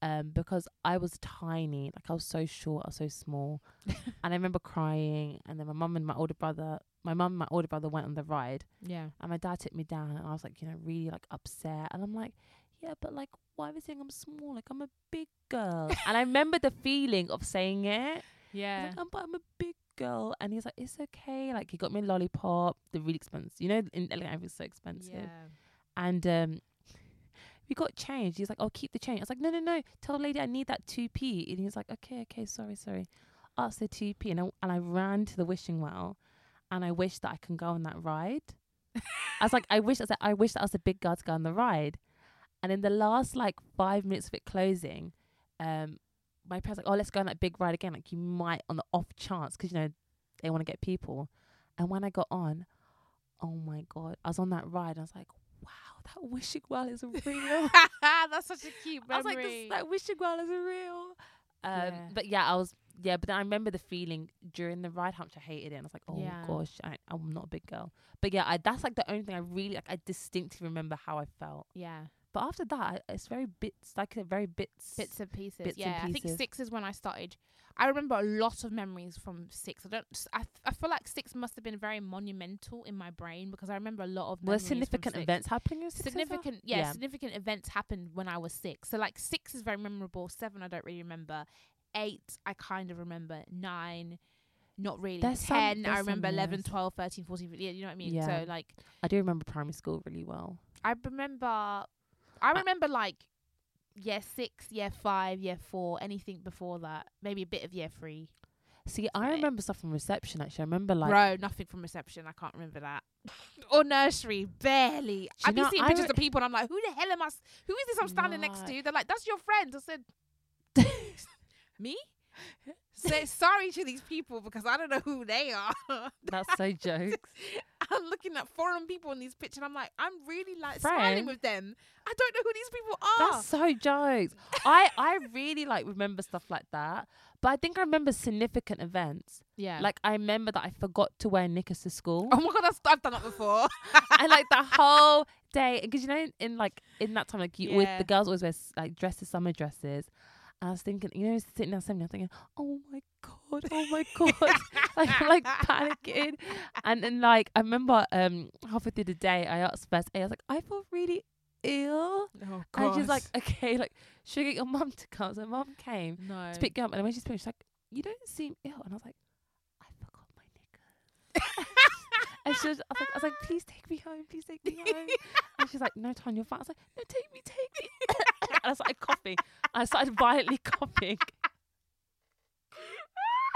S1: um, because I was tiny. Like I was so short, I was so small. and I remember crying. And then my mum and my older brother, my mum and my older brother went on the ride.
S2: Yeah.
S1: And my dad took me down. And I was like, you know, really like upset. And I'm like, yeah, but like, why are they saying I'm small? Like, I'm a big girl. and I remember the feeling of saying it. I
S2: Yeah.
S1: was like, "Um, but I'm a big girl. And he's like, it's okay. Like, he got me a lollipop. They're really expensive. You know, in LA, everything's so expensive.
S2: yeah.
S1: And um, we got change. He's like, I'll keep the change. I was like, no, no, no. Tell the lady I need that 2p. And he's like, okay, okay, sorry, sorry. Asked the 2p. And I, and I ran to the wishing well. And I wish that I can go on that ride. I was like, I wish, I, was like, I wish that I was a big girl to go on the ride. And in the last like five minutes of it closing, um, my parents like, oh, let's go on that big ride again. Like you might on the off chance 'cause you know they want to get people. And when I got on, oh my god, I was on that ride. And I was like, wow, that wishing well is real.
S2: That's such a cute
S1: I was like,
S2: memory.
S1: this, that wishing well is real. Um,
S2: Yeah.
S1: but yeah, I was yeah, but then I remember the feeling during the ride. How much I hated it. And I was like, oh
S2: Yeah.
S1: gosh, I, I'm not a big girl. But yeah, I, that's like the only thing I really like. I distinctly remember how I felt.
S2: yeah.
S1: But after that, I- it's very bits, like a very bits.
S2: Bits and pieces.
S1: bits and
S2: yeah, I
S1: pieces.
S2: think six is when I started. I remember a lot of memories from six. I don't. s- I, f- I feel like six must have been very monumental in my brain because I remember a lot of
S1: Were
S2: memories from
S1: significant
S2: six.
S1: events happening? in Six as well?
S2: Significant, yeah,
S1: Yeah.
S2: significant events happened when I was six. So like six is very memorable. Seven, I don't really remember. Eight, I kind of remember. Nine, not really.
S1: There's some-
S2: Ten,
S1: there's
S2: I
S1: some
S2: remember. Eleven,
S1: years.
S2: twelve, thirteen, fourteen. Yeah, you know what I mean.
S1: Yeah.
S2: So like,
S1: I do remember primary school really well.
S2: I remember, I remember like year six, year five, year four, anything before that. Maybe a bit of year three.
S1: See, I
S2: Right.
S1: remember stuff from reception actually. I remember like
S2: Bro, nothing from reception. I can't remember that. or nursery, barely.
S1: you
S2: I've been
S1: know,
S2: seeing
S1: I
S2: pictures
S1: re-
S2: of people and I'm like, who the hell am I? s- Who is this I'm standing next
S1: No.
S2: to? They're like, that's your friend. I said, me? Say sorry to these people because I don't know who they are.
S1: that's so jokes.
S2: I'm looking at foreign people in these pictures and I'm like, I'm really like smiling
S1: Friend?
S2: with them. I don't know who these people are.
S1: That's so jokes. I I really like remember stuff like that. But I think I remember significant events.
S2: yeah.
S1: Like I remember that I forgot to wear knickers to school.
S2: Oh my god, I've, I've done that before.
S1: and like the whole day because you know in, in like in that time like you always,
S2: Yeah.
S1: the girls always wear s- like dresses summer dresses and I was thinking you know sitting there something I'm thinking oh my god oh my god like I'm like panicking and then like I remember um halfway through the day I asked first aid I was like I feel really ill
S2: Oh
S1: and she's like okay like should I get your mum to come so mum came
S2: no.
S1: to pick me up and when she's she's like you don't seem ill and I was like I forgot my knickers and she was, I, was like, I was like please take me home please take me home and she's like, no, Tanya, you're fine. I was like, no, take me, take me. and I started coughing. I started violently coughing.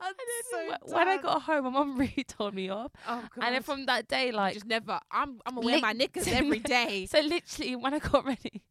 S2: I'm so
S1: Wh- when I
S2: done.
S1: got home, my mum really told me off.
S2: oh god,
S1: And then from that day, like,
S2: just never. I'm I'm aware my
S1: Lit-
S2: knickers every day.
S1: so literally when I got ready,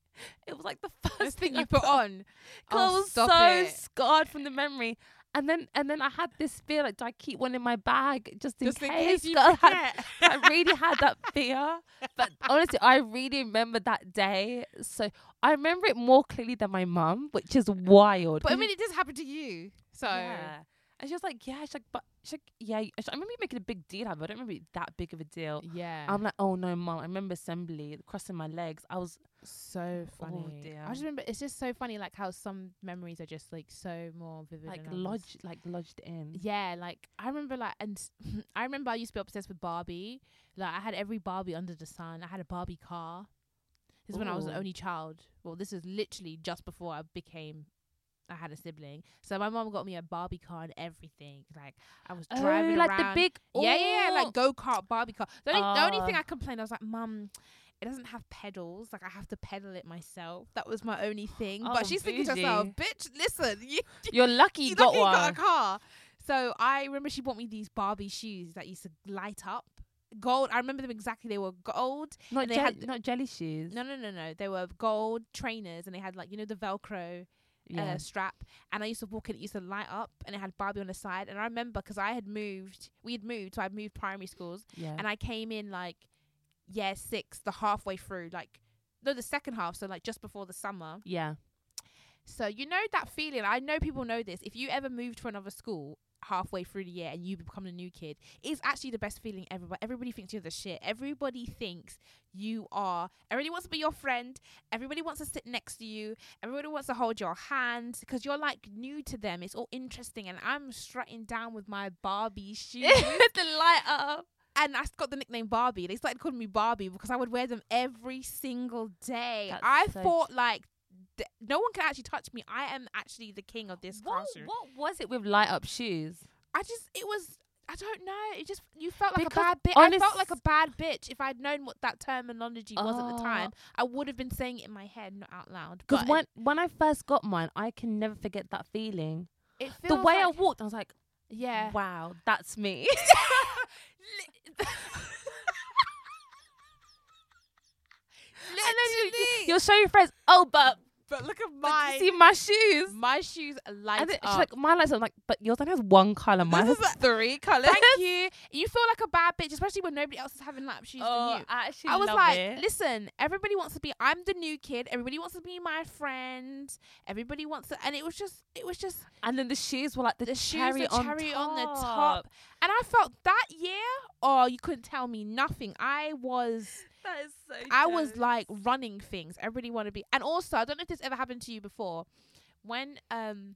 S1: it was like the
S2: First
S1: first
S2: thing
S1: I
S2: you put on.
S1: 'Cause I
S2: Oh,
S1: was
S2: stop
S1: so
S2: it.
S1: scarred from the memory. And then and then I had this fear, like, do I keep one in my bag just in
S2: Just in
S1: case?
S2: case you
S1: girl? I had-
S2: forget.
S1: I really had that fear. But honestly, I really remember that day. So I remember it more clearly than my mum, which is wild.
S2: But I
S1: 'Cause
S2: mean, it does happen to you. So
S1: yeah. And she was like, yeah, she's like, but she's like, yeah. you- I remember you making a big deal out of it. I don't remember it that big of a deal.
S2: yeah.
S1: I'm like, oh no, mum. I remember assembly, crossing my legs. I was,
S2: so
S1: Oh,
S2: funny.
S1: dear.
S2: I just remember it's just so funny, like how some memories are just like so more vivid.
S1: like
S2: than others.
S1: lodged, like lodged in.
S2: Yeah, like I remember, like, and s I remember I used to be obsessed with Barbie. Like, I had every Barbie under the sun. I had a Barbie car. This is when I was an
S1: Ooh.
S2: only child. Well, this is literally just before I became. I had a sibling, so my mom got me a Barbie car and everything. Like I was driving
S1: oh, like
S2: around.
S1: the big.
S2: yeah, yeah, yeah,
S1: oh.
S2: like go kart, Barbie car. The only, the only thing
S1: Ah.
S2: I complained, I was like, Mum, it doesn't have pedals. Like I have to pedal it myself. That was my only thing.
S1: Oh,
S2: but she's thinking to herself,
S1: bougie.
S2: bitch, listen, you
S1: You're lucky you,
S2: you
S1: got
S2: lucky you
S1: one.
S2: got a car. So I remember she bought me these Barbie shoes that used to light up. Gold. I remember them exactly. They were gold.
S1: not
S2: and they
S1: jelly,
S2: had-
S1: not jelly shoes.
S2: No, no, no, no. They were gold trainers, and they had like you know the Velcro
S1: yeah.
S2: uh, strap. And I used to walk in. It used to light up, and it had Barbie on the side. And I remember because I had moved. We had moved, so I'd moved primary schools,
S1: yeah.
S2: and I came in like year six, the halfway through, like no, the second half. So like just before the summer.
S1: yeah.
S2: So you know that feeling. I know people know this. If you ever move to another school halfway through the year and you become the new kid, it's actually the best feeling ever. But everybody thinks you're the shit. Everybody thinks you are. Everybody wants to be your friend. Everybody wants to sit next to you. Everybody wants to hold your hand because you're like new to them. It's all interesting, and I'm strutting down with my Barbie shoes.
S1: the light up.
S2: and I got the nickname Barbie. They started calling me Barbie because I would wear them every single day.
S1: That's
S2: I
S1: so
S2: thought like th- no one can actually touch me. I am actually the king of this
S1: What,
S2: classroom.
S1: what was it with light up shoes?
S2: I just it was I don't know. It just you felt like
S1: Because
S2: a bad bitch. I felt like a
S1: honest-
S2: bad bitch if I'd known what that terminology was at the
S1: Oh.
S2: time. I would have been saying it in my head, not out loud.
S1: Because
S2: But
S1: when when I first got mine, I can never forget that feeling.
S2: it
S1: The
S2: feels
S1: way I
S2: like-
S1: walked, I was like,
S2: yeah.
S1: "Wow, that's me."
S2: Li- Literally.
S1: You'll show your friends. Oh, but,
S2: but look at
S1: but
S2: my
S1: you see my shoes.
S2: my shoes light
S1: And then she's
S2: up.
S1: like, "My lights." I'm like, "But yours only has one color. Mine has
S2: is like-
S1: three colors."
S2: Thank you. You feel like a bad bitch, especially when nobody else is having lap shoes than you.
S1: Oh, I actually
S2: I was
S1: love
S2: like,
S1: it.
S2: listen, everybody wants to be. I'm the new kid. Everybody wants to be my friend. Everybody wants to, and it was just, it was just
S1: and then the shoes were like the,
S2: the
S1: cherry,
S2: shoes, the
S1: on,
S2: cherry
S1: top.
S2: on the top. And I felt that year, oh, you couldn't tell me nothing. I was,
S1: That is so.
S2: I was like running things. Everybody want to be, and also, I don't know if this ever happened to you before, when um.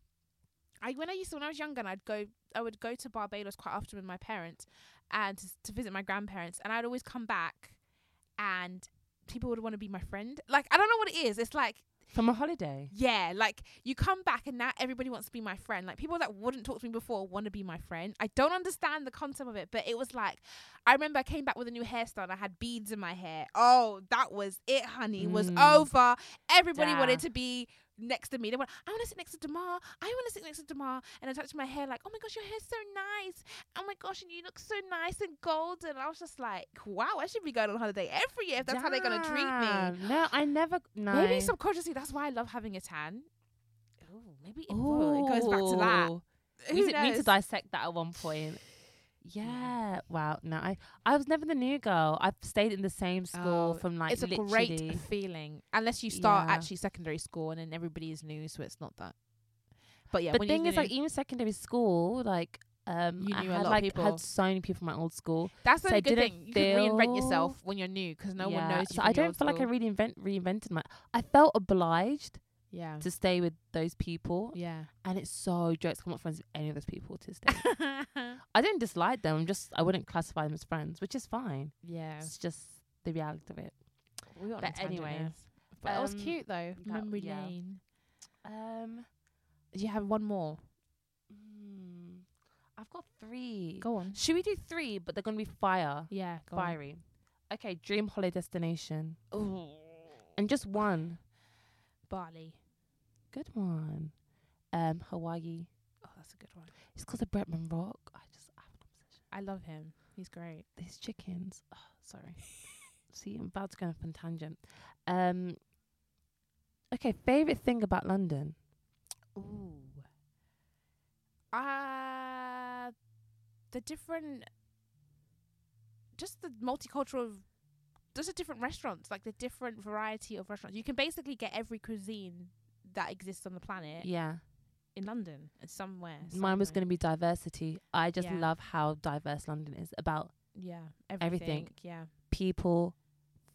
S2: I when I used to when I was younger and I'd go I would go to Barbados quite often with my parents and to, to visit my grandparents and I'd always come back and people would want to be my friend like I don't know what it is it's like
S1: from a holiday.
S2: yeah like you come back and now everybody wants to be my friend like people that wouldn't talk to me before want to be my friend I don't understand the concept of it but it was like I remember I came back with a new hairstyle and I had beads in my hair oh that was it honey It was
S1: Mm.
S2: over everybody
S1: Yeah.
S2: wanted to be next to me. They went, I want to sit next to Damar. I want to sit next to Damar. And I touched my hair like, oh my gosh, your hair's so nice. Oh my gosh, and you look so nice and golden. I was just like, wow, I should be going on holiday every year if that's how they're going to treat me.
S1: Damn. No, I never. No.
S2: Maybe subconsciously, that's why I love having a tan. Ooh, maybe it, well, it goes back to that.
S1: Ooh.
S2: Who
S1: we didn't need to
S2: knows?
S1: dissect that at one point. Yeah. Wow. No, I, I was never the new girl. I've stayed in the same school
S2: Oh,
S1: from like
S2: It's a
S1: literally-
S2: great feeling, unless you start
S1: Yeah.
S2: actually secondary school and then everybody is new, so it's not that. But yeah,
S1: the
S2: when
S1: thing
S2: you're
S1: is, like
S2: new,
S1: even secondary school, like um,
S2: You
S1: I
S2: knew a
S1: had
S2: lot of
S1: like
S2: people.
S1: had so many people from my old school.
S2: that's the
S1: so
S2: only
S1: I
S2: good
S1: didn't
S2: thing. You can reinvent yourself
S1: feel-
S2: when you're new because no one
S1: Yeah,
S2: knows
S1: So
S2: you. from
S1: I
S2: your
S1: don't
S2: old
S1: feel like I
S2: school.
S1: really invent reinvented my. I felt obliged
S2: Yeah.
S1: to stay with those people,
S2: Yeah.
S1: and it's so jokes. I'm not friends with any of those people to stay. I don't dislike them. I'm just I wouldn't classify them as friends, which is fine.
S2: yeah.
S1: It's just the reality of it.
S2: We got
S1: but anyways,
S2: But it was
S1: um,
S2: cute though.
S1: that-
S2: Memory
S1: yeah.
S2: lane.
S1: Um.
S2: Do you have one more?
S1: Mm, I've got three.
S2: Go on.
S1: Should we do three? But they're gonna be fire,
S2: Yeah, go
S1: fiery. Okay, dream holiday destination,
S2: on. Ooh.
S1: and just one
S2: Bali.
S1: good one. Um, Hawaii.
S2: Oh, that's a good one.
S1: It's 'cause of Bretman Rock. I just I have an obsession.
S2: I love him. He's great.
S1: These chickens. Oh, sorry. See, I'm about to go off on a tangent. Um. Okay, favorite thing about London.
S2: Ooh. Uh the different just the multicultural just the different restaurants, like the different variety of restaurants. You can basically get every cuisine that exists on the planet
S1: Yeah,
S2: in London and somewhere.
S1: mine was
S2: somewhere.
S1: gonna be diversity. I just
S2: Yeah.
S1: love how diverse London is about
S2: yeah
S1: everything.
S2: everything. Yeah.
S1: people,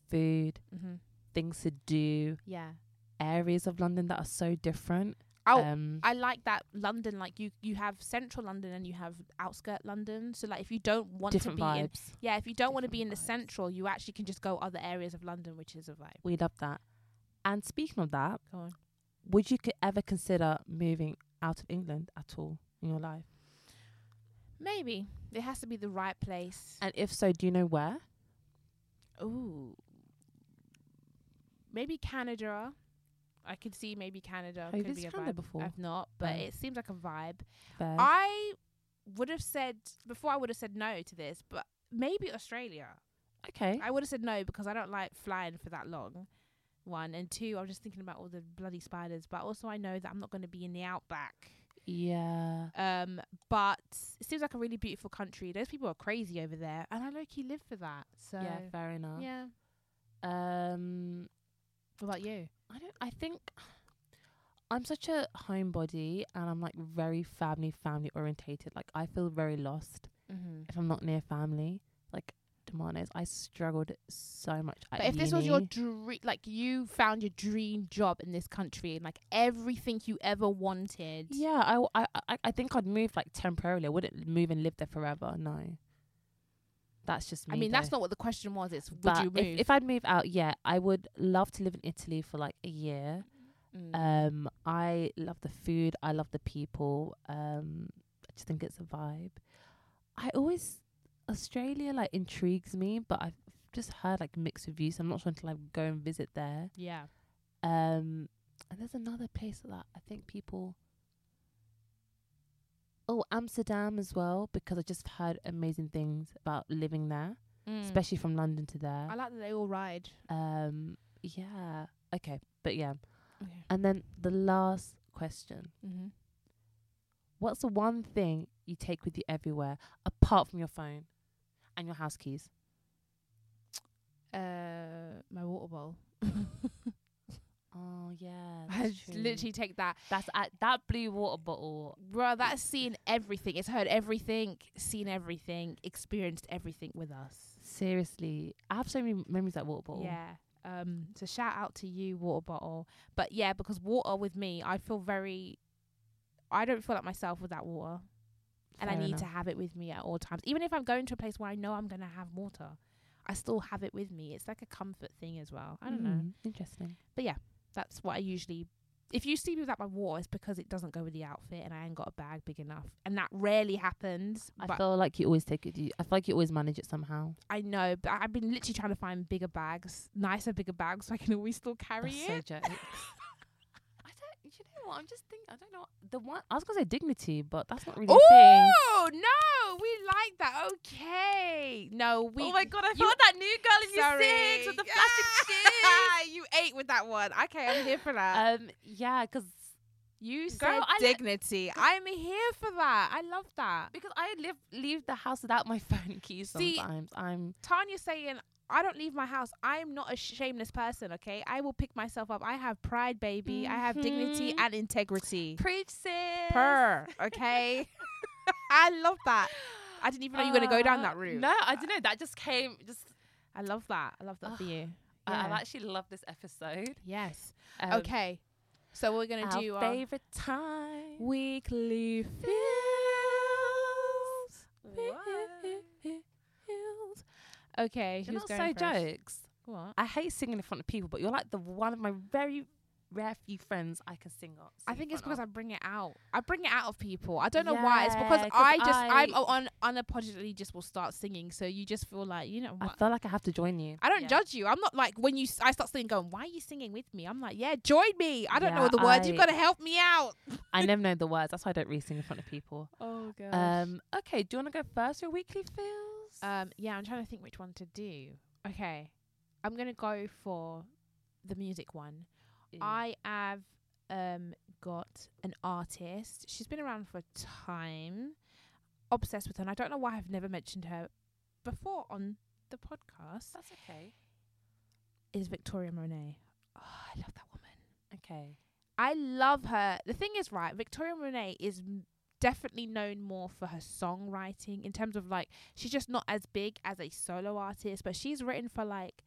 S1: food,
S2: Mm-hmm.
S1: things to do,
S2: Yeah.
S1: areas of London that are so different.
S2: Oh,
S1: um,
S2: I like that London. Like you, you have central London and you have outskirt London. So like, if you don't want to
S1: different
S2: be in,
S1: vibes.
S2: yeah, if you don't want to
S1: different
S2: be in the
S1: vibes.
S2: central, you actually can just go other areas of London, which is a vibe.
S1: We love that. And speaking of that,
S2: Go on.
S1: would you could ever consider moving out of England at all in your life?
S2: Maybe it has to be the right place.
S1: And if so, do you know where?
S2: Ooh, maybe Canada. I could see maybe Canada
S1: Have you
S2: could be a
S1: visited Canada
S2: vibe.
S1: before?
S2: I've not, but
S1: No.
S2: it seems like a vibe.
S1: First?
S2: I would have said before. I would have said no to this, but maybe Australia.
S1: okay.
S2: I would have said no because I don't like flying for that long. One and two, I was just thinking about all the bloody spiders, but also I know that I'm not going to be in the outback.
S1: yeah.
S2: Um, but it seems like a really beautiful country. Those people are crazy over there, and I low key live for that. So
S1: yeah, fair enough.
S2: yeah.
S1: Um
S2: What about you?
S1: I don't I think I'm such a homebody and I'm like very family family orientated. Like I feel very lost
S2: Mm-hmm.
S1: if I'm not near family. Like tomatoes, I struggled so much.
S2: But
S1: at
S2: if this was your
S1: uni.
S2: dream, like you found your dream job in this country, and like everything you ever wanted,
S1: yeah, I, w- I I- I think I'd move like temporarily. I wouldn't move and live there forever. No, That's just me.
S2: I mean, that's
S1: though.
S2: not what the question was. It's would
S1: But
S2: you move?
S1: If, if I'd move out, yeah, I would love to live in Italy for like a year.
S2: Mm.
S1: Um, I love the food. I love the people. Um, I just think it's a vibe. I always Australia like intrigues me, but I've just heard like mixed reviews. I'm not sure until I go and visit there.
S2: yeah,
S1: Um, and there's another place that I think people. Oh, Amsterdam as well because I just heard amazing things about living there,
S2: Mm.
S1: especially from London to there.
S2: I like that they all ride.
S1: Um, yeah. Okay, but yeah.
S2: Okay.
S1: And then the last question.
S2: Mm-hmm.
S1: What's the one thing you take with you everywhere apart from your phone and your house keys?
S2: Uh, my water bowl.
S1: Oh yeah.
S2: I just literally take that,
S1: that's at that blue water bottle.
S2: bro. That's seen everything. It's heard everything, seen everything, experienced everything with us.
S1: Seriously. I have so many memories of that water bottle.
S2: Yeah. Um, so shout out to you, water bottle. But yeah, because water with me, I feel very. I don't feel like myself without water, and I
S1: Fair
S2: need to
S1: enough.
S2: have it with me at all times. Even if I'm going to a place where I know I'm gonna have water, I still have it with me. It's like a comfort thing as well. I don't know.
S1: Mm, Interesting.
S2: That's what I usually. If you see me without my water, it's because it doesn't go with the outfit, and I ain't got a bag big enough, and that rarely happens.
S1: I
S2: but
S1: feel like you always take it. You, I feel like you always manage it somehow.
S2: I know. But I've been literally trying to find bigger bags, nicer bigger bags, so I can always still carry
S1: That's so
S2: it.
S1: jokes. I don't. You know what? I'm just thinking. I don't know the one. I was gonna say dignity, but that's not really a thing.
S2: Oh no, we like that. Okay, no, we.
S1: Oh god, I
S2: you-
S1: found that new girl
S2: sorry.
S1: six
S2: you ate with that one. Okay, I'm here for that.
S1: Um, yeah, because
S2: you said
S1: girl, I li-
S2: dignity. I'm here for that. I love that.
S1: because I live leave the house without my phone keys
S2: See-
S1: sometimes. I'm
S2: Tanya saying. I don't leave my house. I'm not a shameless person, okay? I will pick myself up. I have pride, baby. I have dignity
S1: Mhm.
S2: and integrity.
S1: preach sis.
S2: Purr, okay? I love that. I didn't even know you were going to go down that route.
S1: Uh, No, I don't know. That just came. Just
S2: I love that. I love that for
S1: Ugh.
S2: you.
S1: I, I've
S2: Yeah.
S1: actually loved this episode.
S2: Yes.
S1: Um,
S2: okay. So we're gonna
S1: Our
S2: do our
S1: favorite time.
S2: weekly
S1: feels.
S2: feels. Okay,
S1: You're
S2: who's
S1: not so
S2: going first?
S1: jokes.
S2: What?
S1: I hate singing in front of people, but you're like the one of my very rare few friends I can sing up.
S2: I
S1: sing
S2: think
S1: in
S2: it's
S1: front
S2: because
S1: of.
S2: I bring it out. I bring it out of people. I don't know why. It's because
S1: Yeah, 'cause
S2: I just I, am
S1: I-
S2: on unapologetically just will start singing. So you just feel like you know
S1: I
S2: what.
S1: feel like I have to join you.
S2: I don't
S1: Yeah.
S2: judge you. I'm not like when you s- I start singing, going, "Why are you singing with me?" I'm like, "Yeah, join me." I don't know
S1: Yeah,
S2: the words. You've
S1: I-
S2: got to help me out.
S1: I never know the words. That's why I don't really sing in front of people.
S2: Oh god.
S1: Um, okay, do you want to go first? Your weekly feels.
S2: Um, yeah, I'm trying to think which one to do. Okay, I'm gonna go for the music one.
S1: Ew.
S2: I have um got an artist. She's been around for a time. Obsessed with her. And I don't know why I've never mentioned her before on the podcast.
S1: That's okay.
S2: Is Victoria Monet? Oh, I love that woman.
S1: Okay.
S2: I love her. The thing is, right, Victoria Monet is m- definitely known more for her songwriting in terms of like she's just not as big as a solo artist, but she's written for like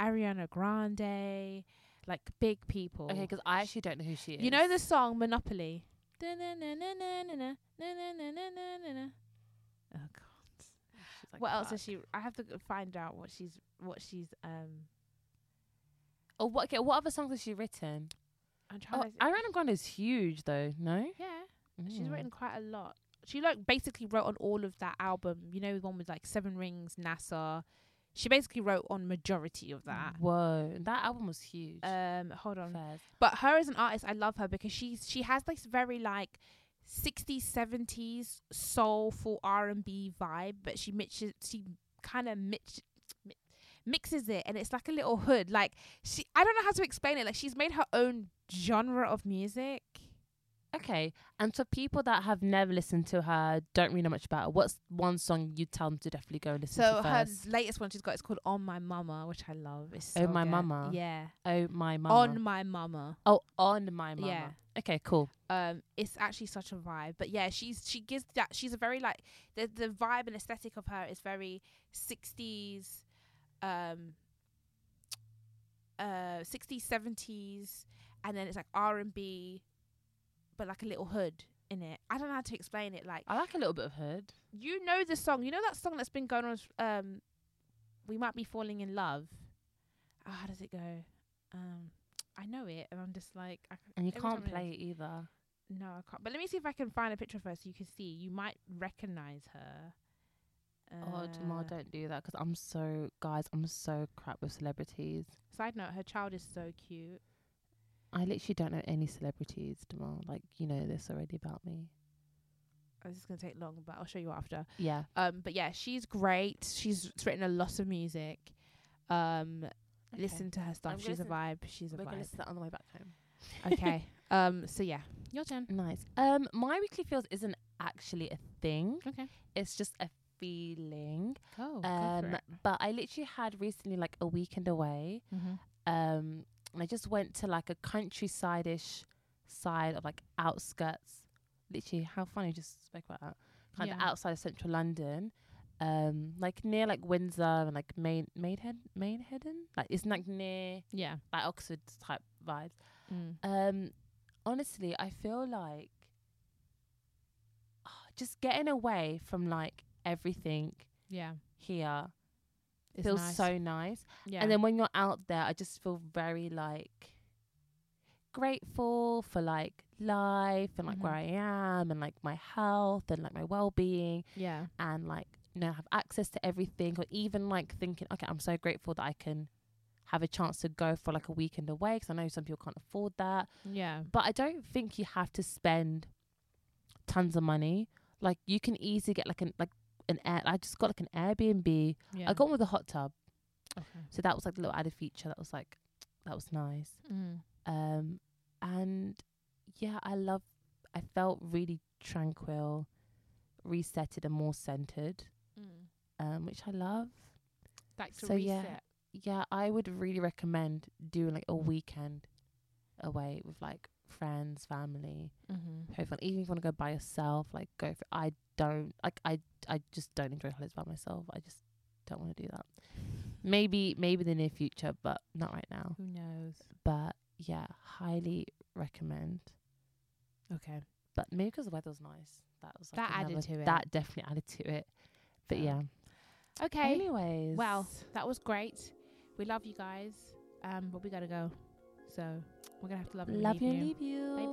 S2: Ariana Grande, like big people.
S1: Okay, 'cause I actually don't know who she is.
S2: you know the song Monopoly. Oh God.
S1: She's like,
S2: What else is
S1: "Fuck."
S2: she? I have to g- find out what she's what she's um.
S1: Oh, what, okay. What other songs has she written?
S2: I'm trying
S1: Oh,
S2: to. thi-
S1: Ariana Grande is huge, though. No,
S2: yeah. She's
S1: Mm.
S2: written quite a lot. She like basically wrote on all of that album. You know, the one with like Seven Rings, NASA. She basically wrote on majority of that.
S1: Whoa, that Uh, album was huge.
S2: Um, hold on.
S1: Fairs.
S2: But her as an artist, I love her because she's she has this very like 60s, 70s soulful R and B vibe, but she mixes she kind of mix, mi- mixes it, and it's like a little hood. Like she, I don't know how to explain it. Like she's made her own genre of music.
S1: Okay, and for people that have never listened to her, don't really know much about her, what's one song you tell them to definitely go and listen
S2: So
S1: to
S2: her
S1: first?
S2: latest one she's got is called On My Mama, which I love. It's
S1: Oh
S2: so
S1: My
S2: good.
S1: Mama?
S2: Yeah.
S1: oh my mama.
S2: On My Mama.
S1: oh on my mama.
S2: Yeah.
S1: Okay, cool.
S2: Um, it's actually such a vibe. But yeah, she's she gives that she's a very like the the vibe and aesthetic of her is very sixties, um uh sixties, seventies, and then it's like R and B but like a little hood. in it. I don't know how to explain it. Like
S1: I like a little bit of hood.
S2: you know the song. You know that song that's been going on. Um, we might be falling in love. Oh, how does it go? Um, I know it, and I'm just like, I, c-
S1: And you
S2: Every
S1: can't
S2: time I-
S1: play it either.
S2: no, I can't. But let me see if I can find a picture of her so you can see. You might recognize her.
S1: oh, Jamal,
S2: Uh,
S1: don't do that 'cause I'm so, guys, I'm so crap with celebrities.
S2: Side note: Her child is so cute.
S1: I literally don't know any celebrities, Jamal. Like, you know this already about me.
S2: Oh, this is gonna take long, but I'll show you after.
S1: Yeah.
S2: Um, but yeah, she's great. She's written a lot of music. Um, listen to her
S1: I'm
S2: stuff.
S1: gonna
S2: She's a
S1: listen-
S2: vibe. She's a
S1: We're going to
S2: vibe.
S1: listen to that on the way back home.
S2: okay. Um. So yeah, your turn.
S1: Nice. Um, my weekly feels isn't actually a thing.
S2: Okay.
S1: It's just a feeling.
S2: Cool.
S1: um, but I literally had recently like a weekend away.
S2: Mm-hmm.
S1: Um, and I just went to like a countryside-ish side of like outskirts. Literally, how funny we just spoke about that. Kind of
S2: Yeah.
S1: outside of central London. Um, like near like Windsor and like Main Maidhead Maidheadon. Like it's like near
S2: Yeah.
S1: like Oxford type vibes.
S2: Mm.
S1: Um, honestly, I feel like ah, just getting away from like everything
S2: Yeah.
S1: here
S2: It's
S1: feels
S2: nice.
S1: so nice.
S2: Yeah.
S1: And then when you're out there, I just feel very like grateful for like life and like where
S2: Mhm.
S1: I am and like my health and like my well being
S2: yeah.
S1: and like you know have access to everything or even like thinking okay I'm so grateful that I can have a chance to go for like a weekend away because I know some people can't afford that
S2: Yeah.
S1: but I don't think you have to spend tons of money. Like you can easily get like an like an air. I just got like an Airbnb.
S2: Yeah.
S1: I got one with a hot tub,
S2: Okay.
S1: so that was like the little added feature. That was like that was nice.
S2: Mm.
S1: Um, and yeah, I love. I felt really tranquil, resetted, and more centered.
S2: Mm.
S1: Um, which I love.
S2: Like to
S1: So, yeah.
S2: reset.
S1: Yeah, I would really recommend doing like a weekend away with like friends, family.
S2: Mm-hmm.
S1: very fun. Even if you want to go by yourself, like go for. I don't like. I I just don't enjoy holidays by myself. I just don't want to do that. Maybe maybe in the near future, but not right now.
S2: Who knows?
S1: But yeah, highly recommend.
S2: Okay.
S1: But maybe because the weather was nice, that was like
S2: That added
S1: another-
S2: to it.
S1: That definitely added to it. But
S2: Yeah.
S1: yeah.
S2: Okay.
S1: Anyways,
S2: Well, that was great. We love you guys. Um, but we gotta go. So we're gonna have to love you. and
S1: love
S2: leave
S1: you, and leave you.
S2: Bye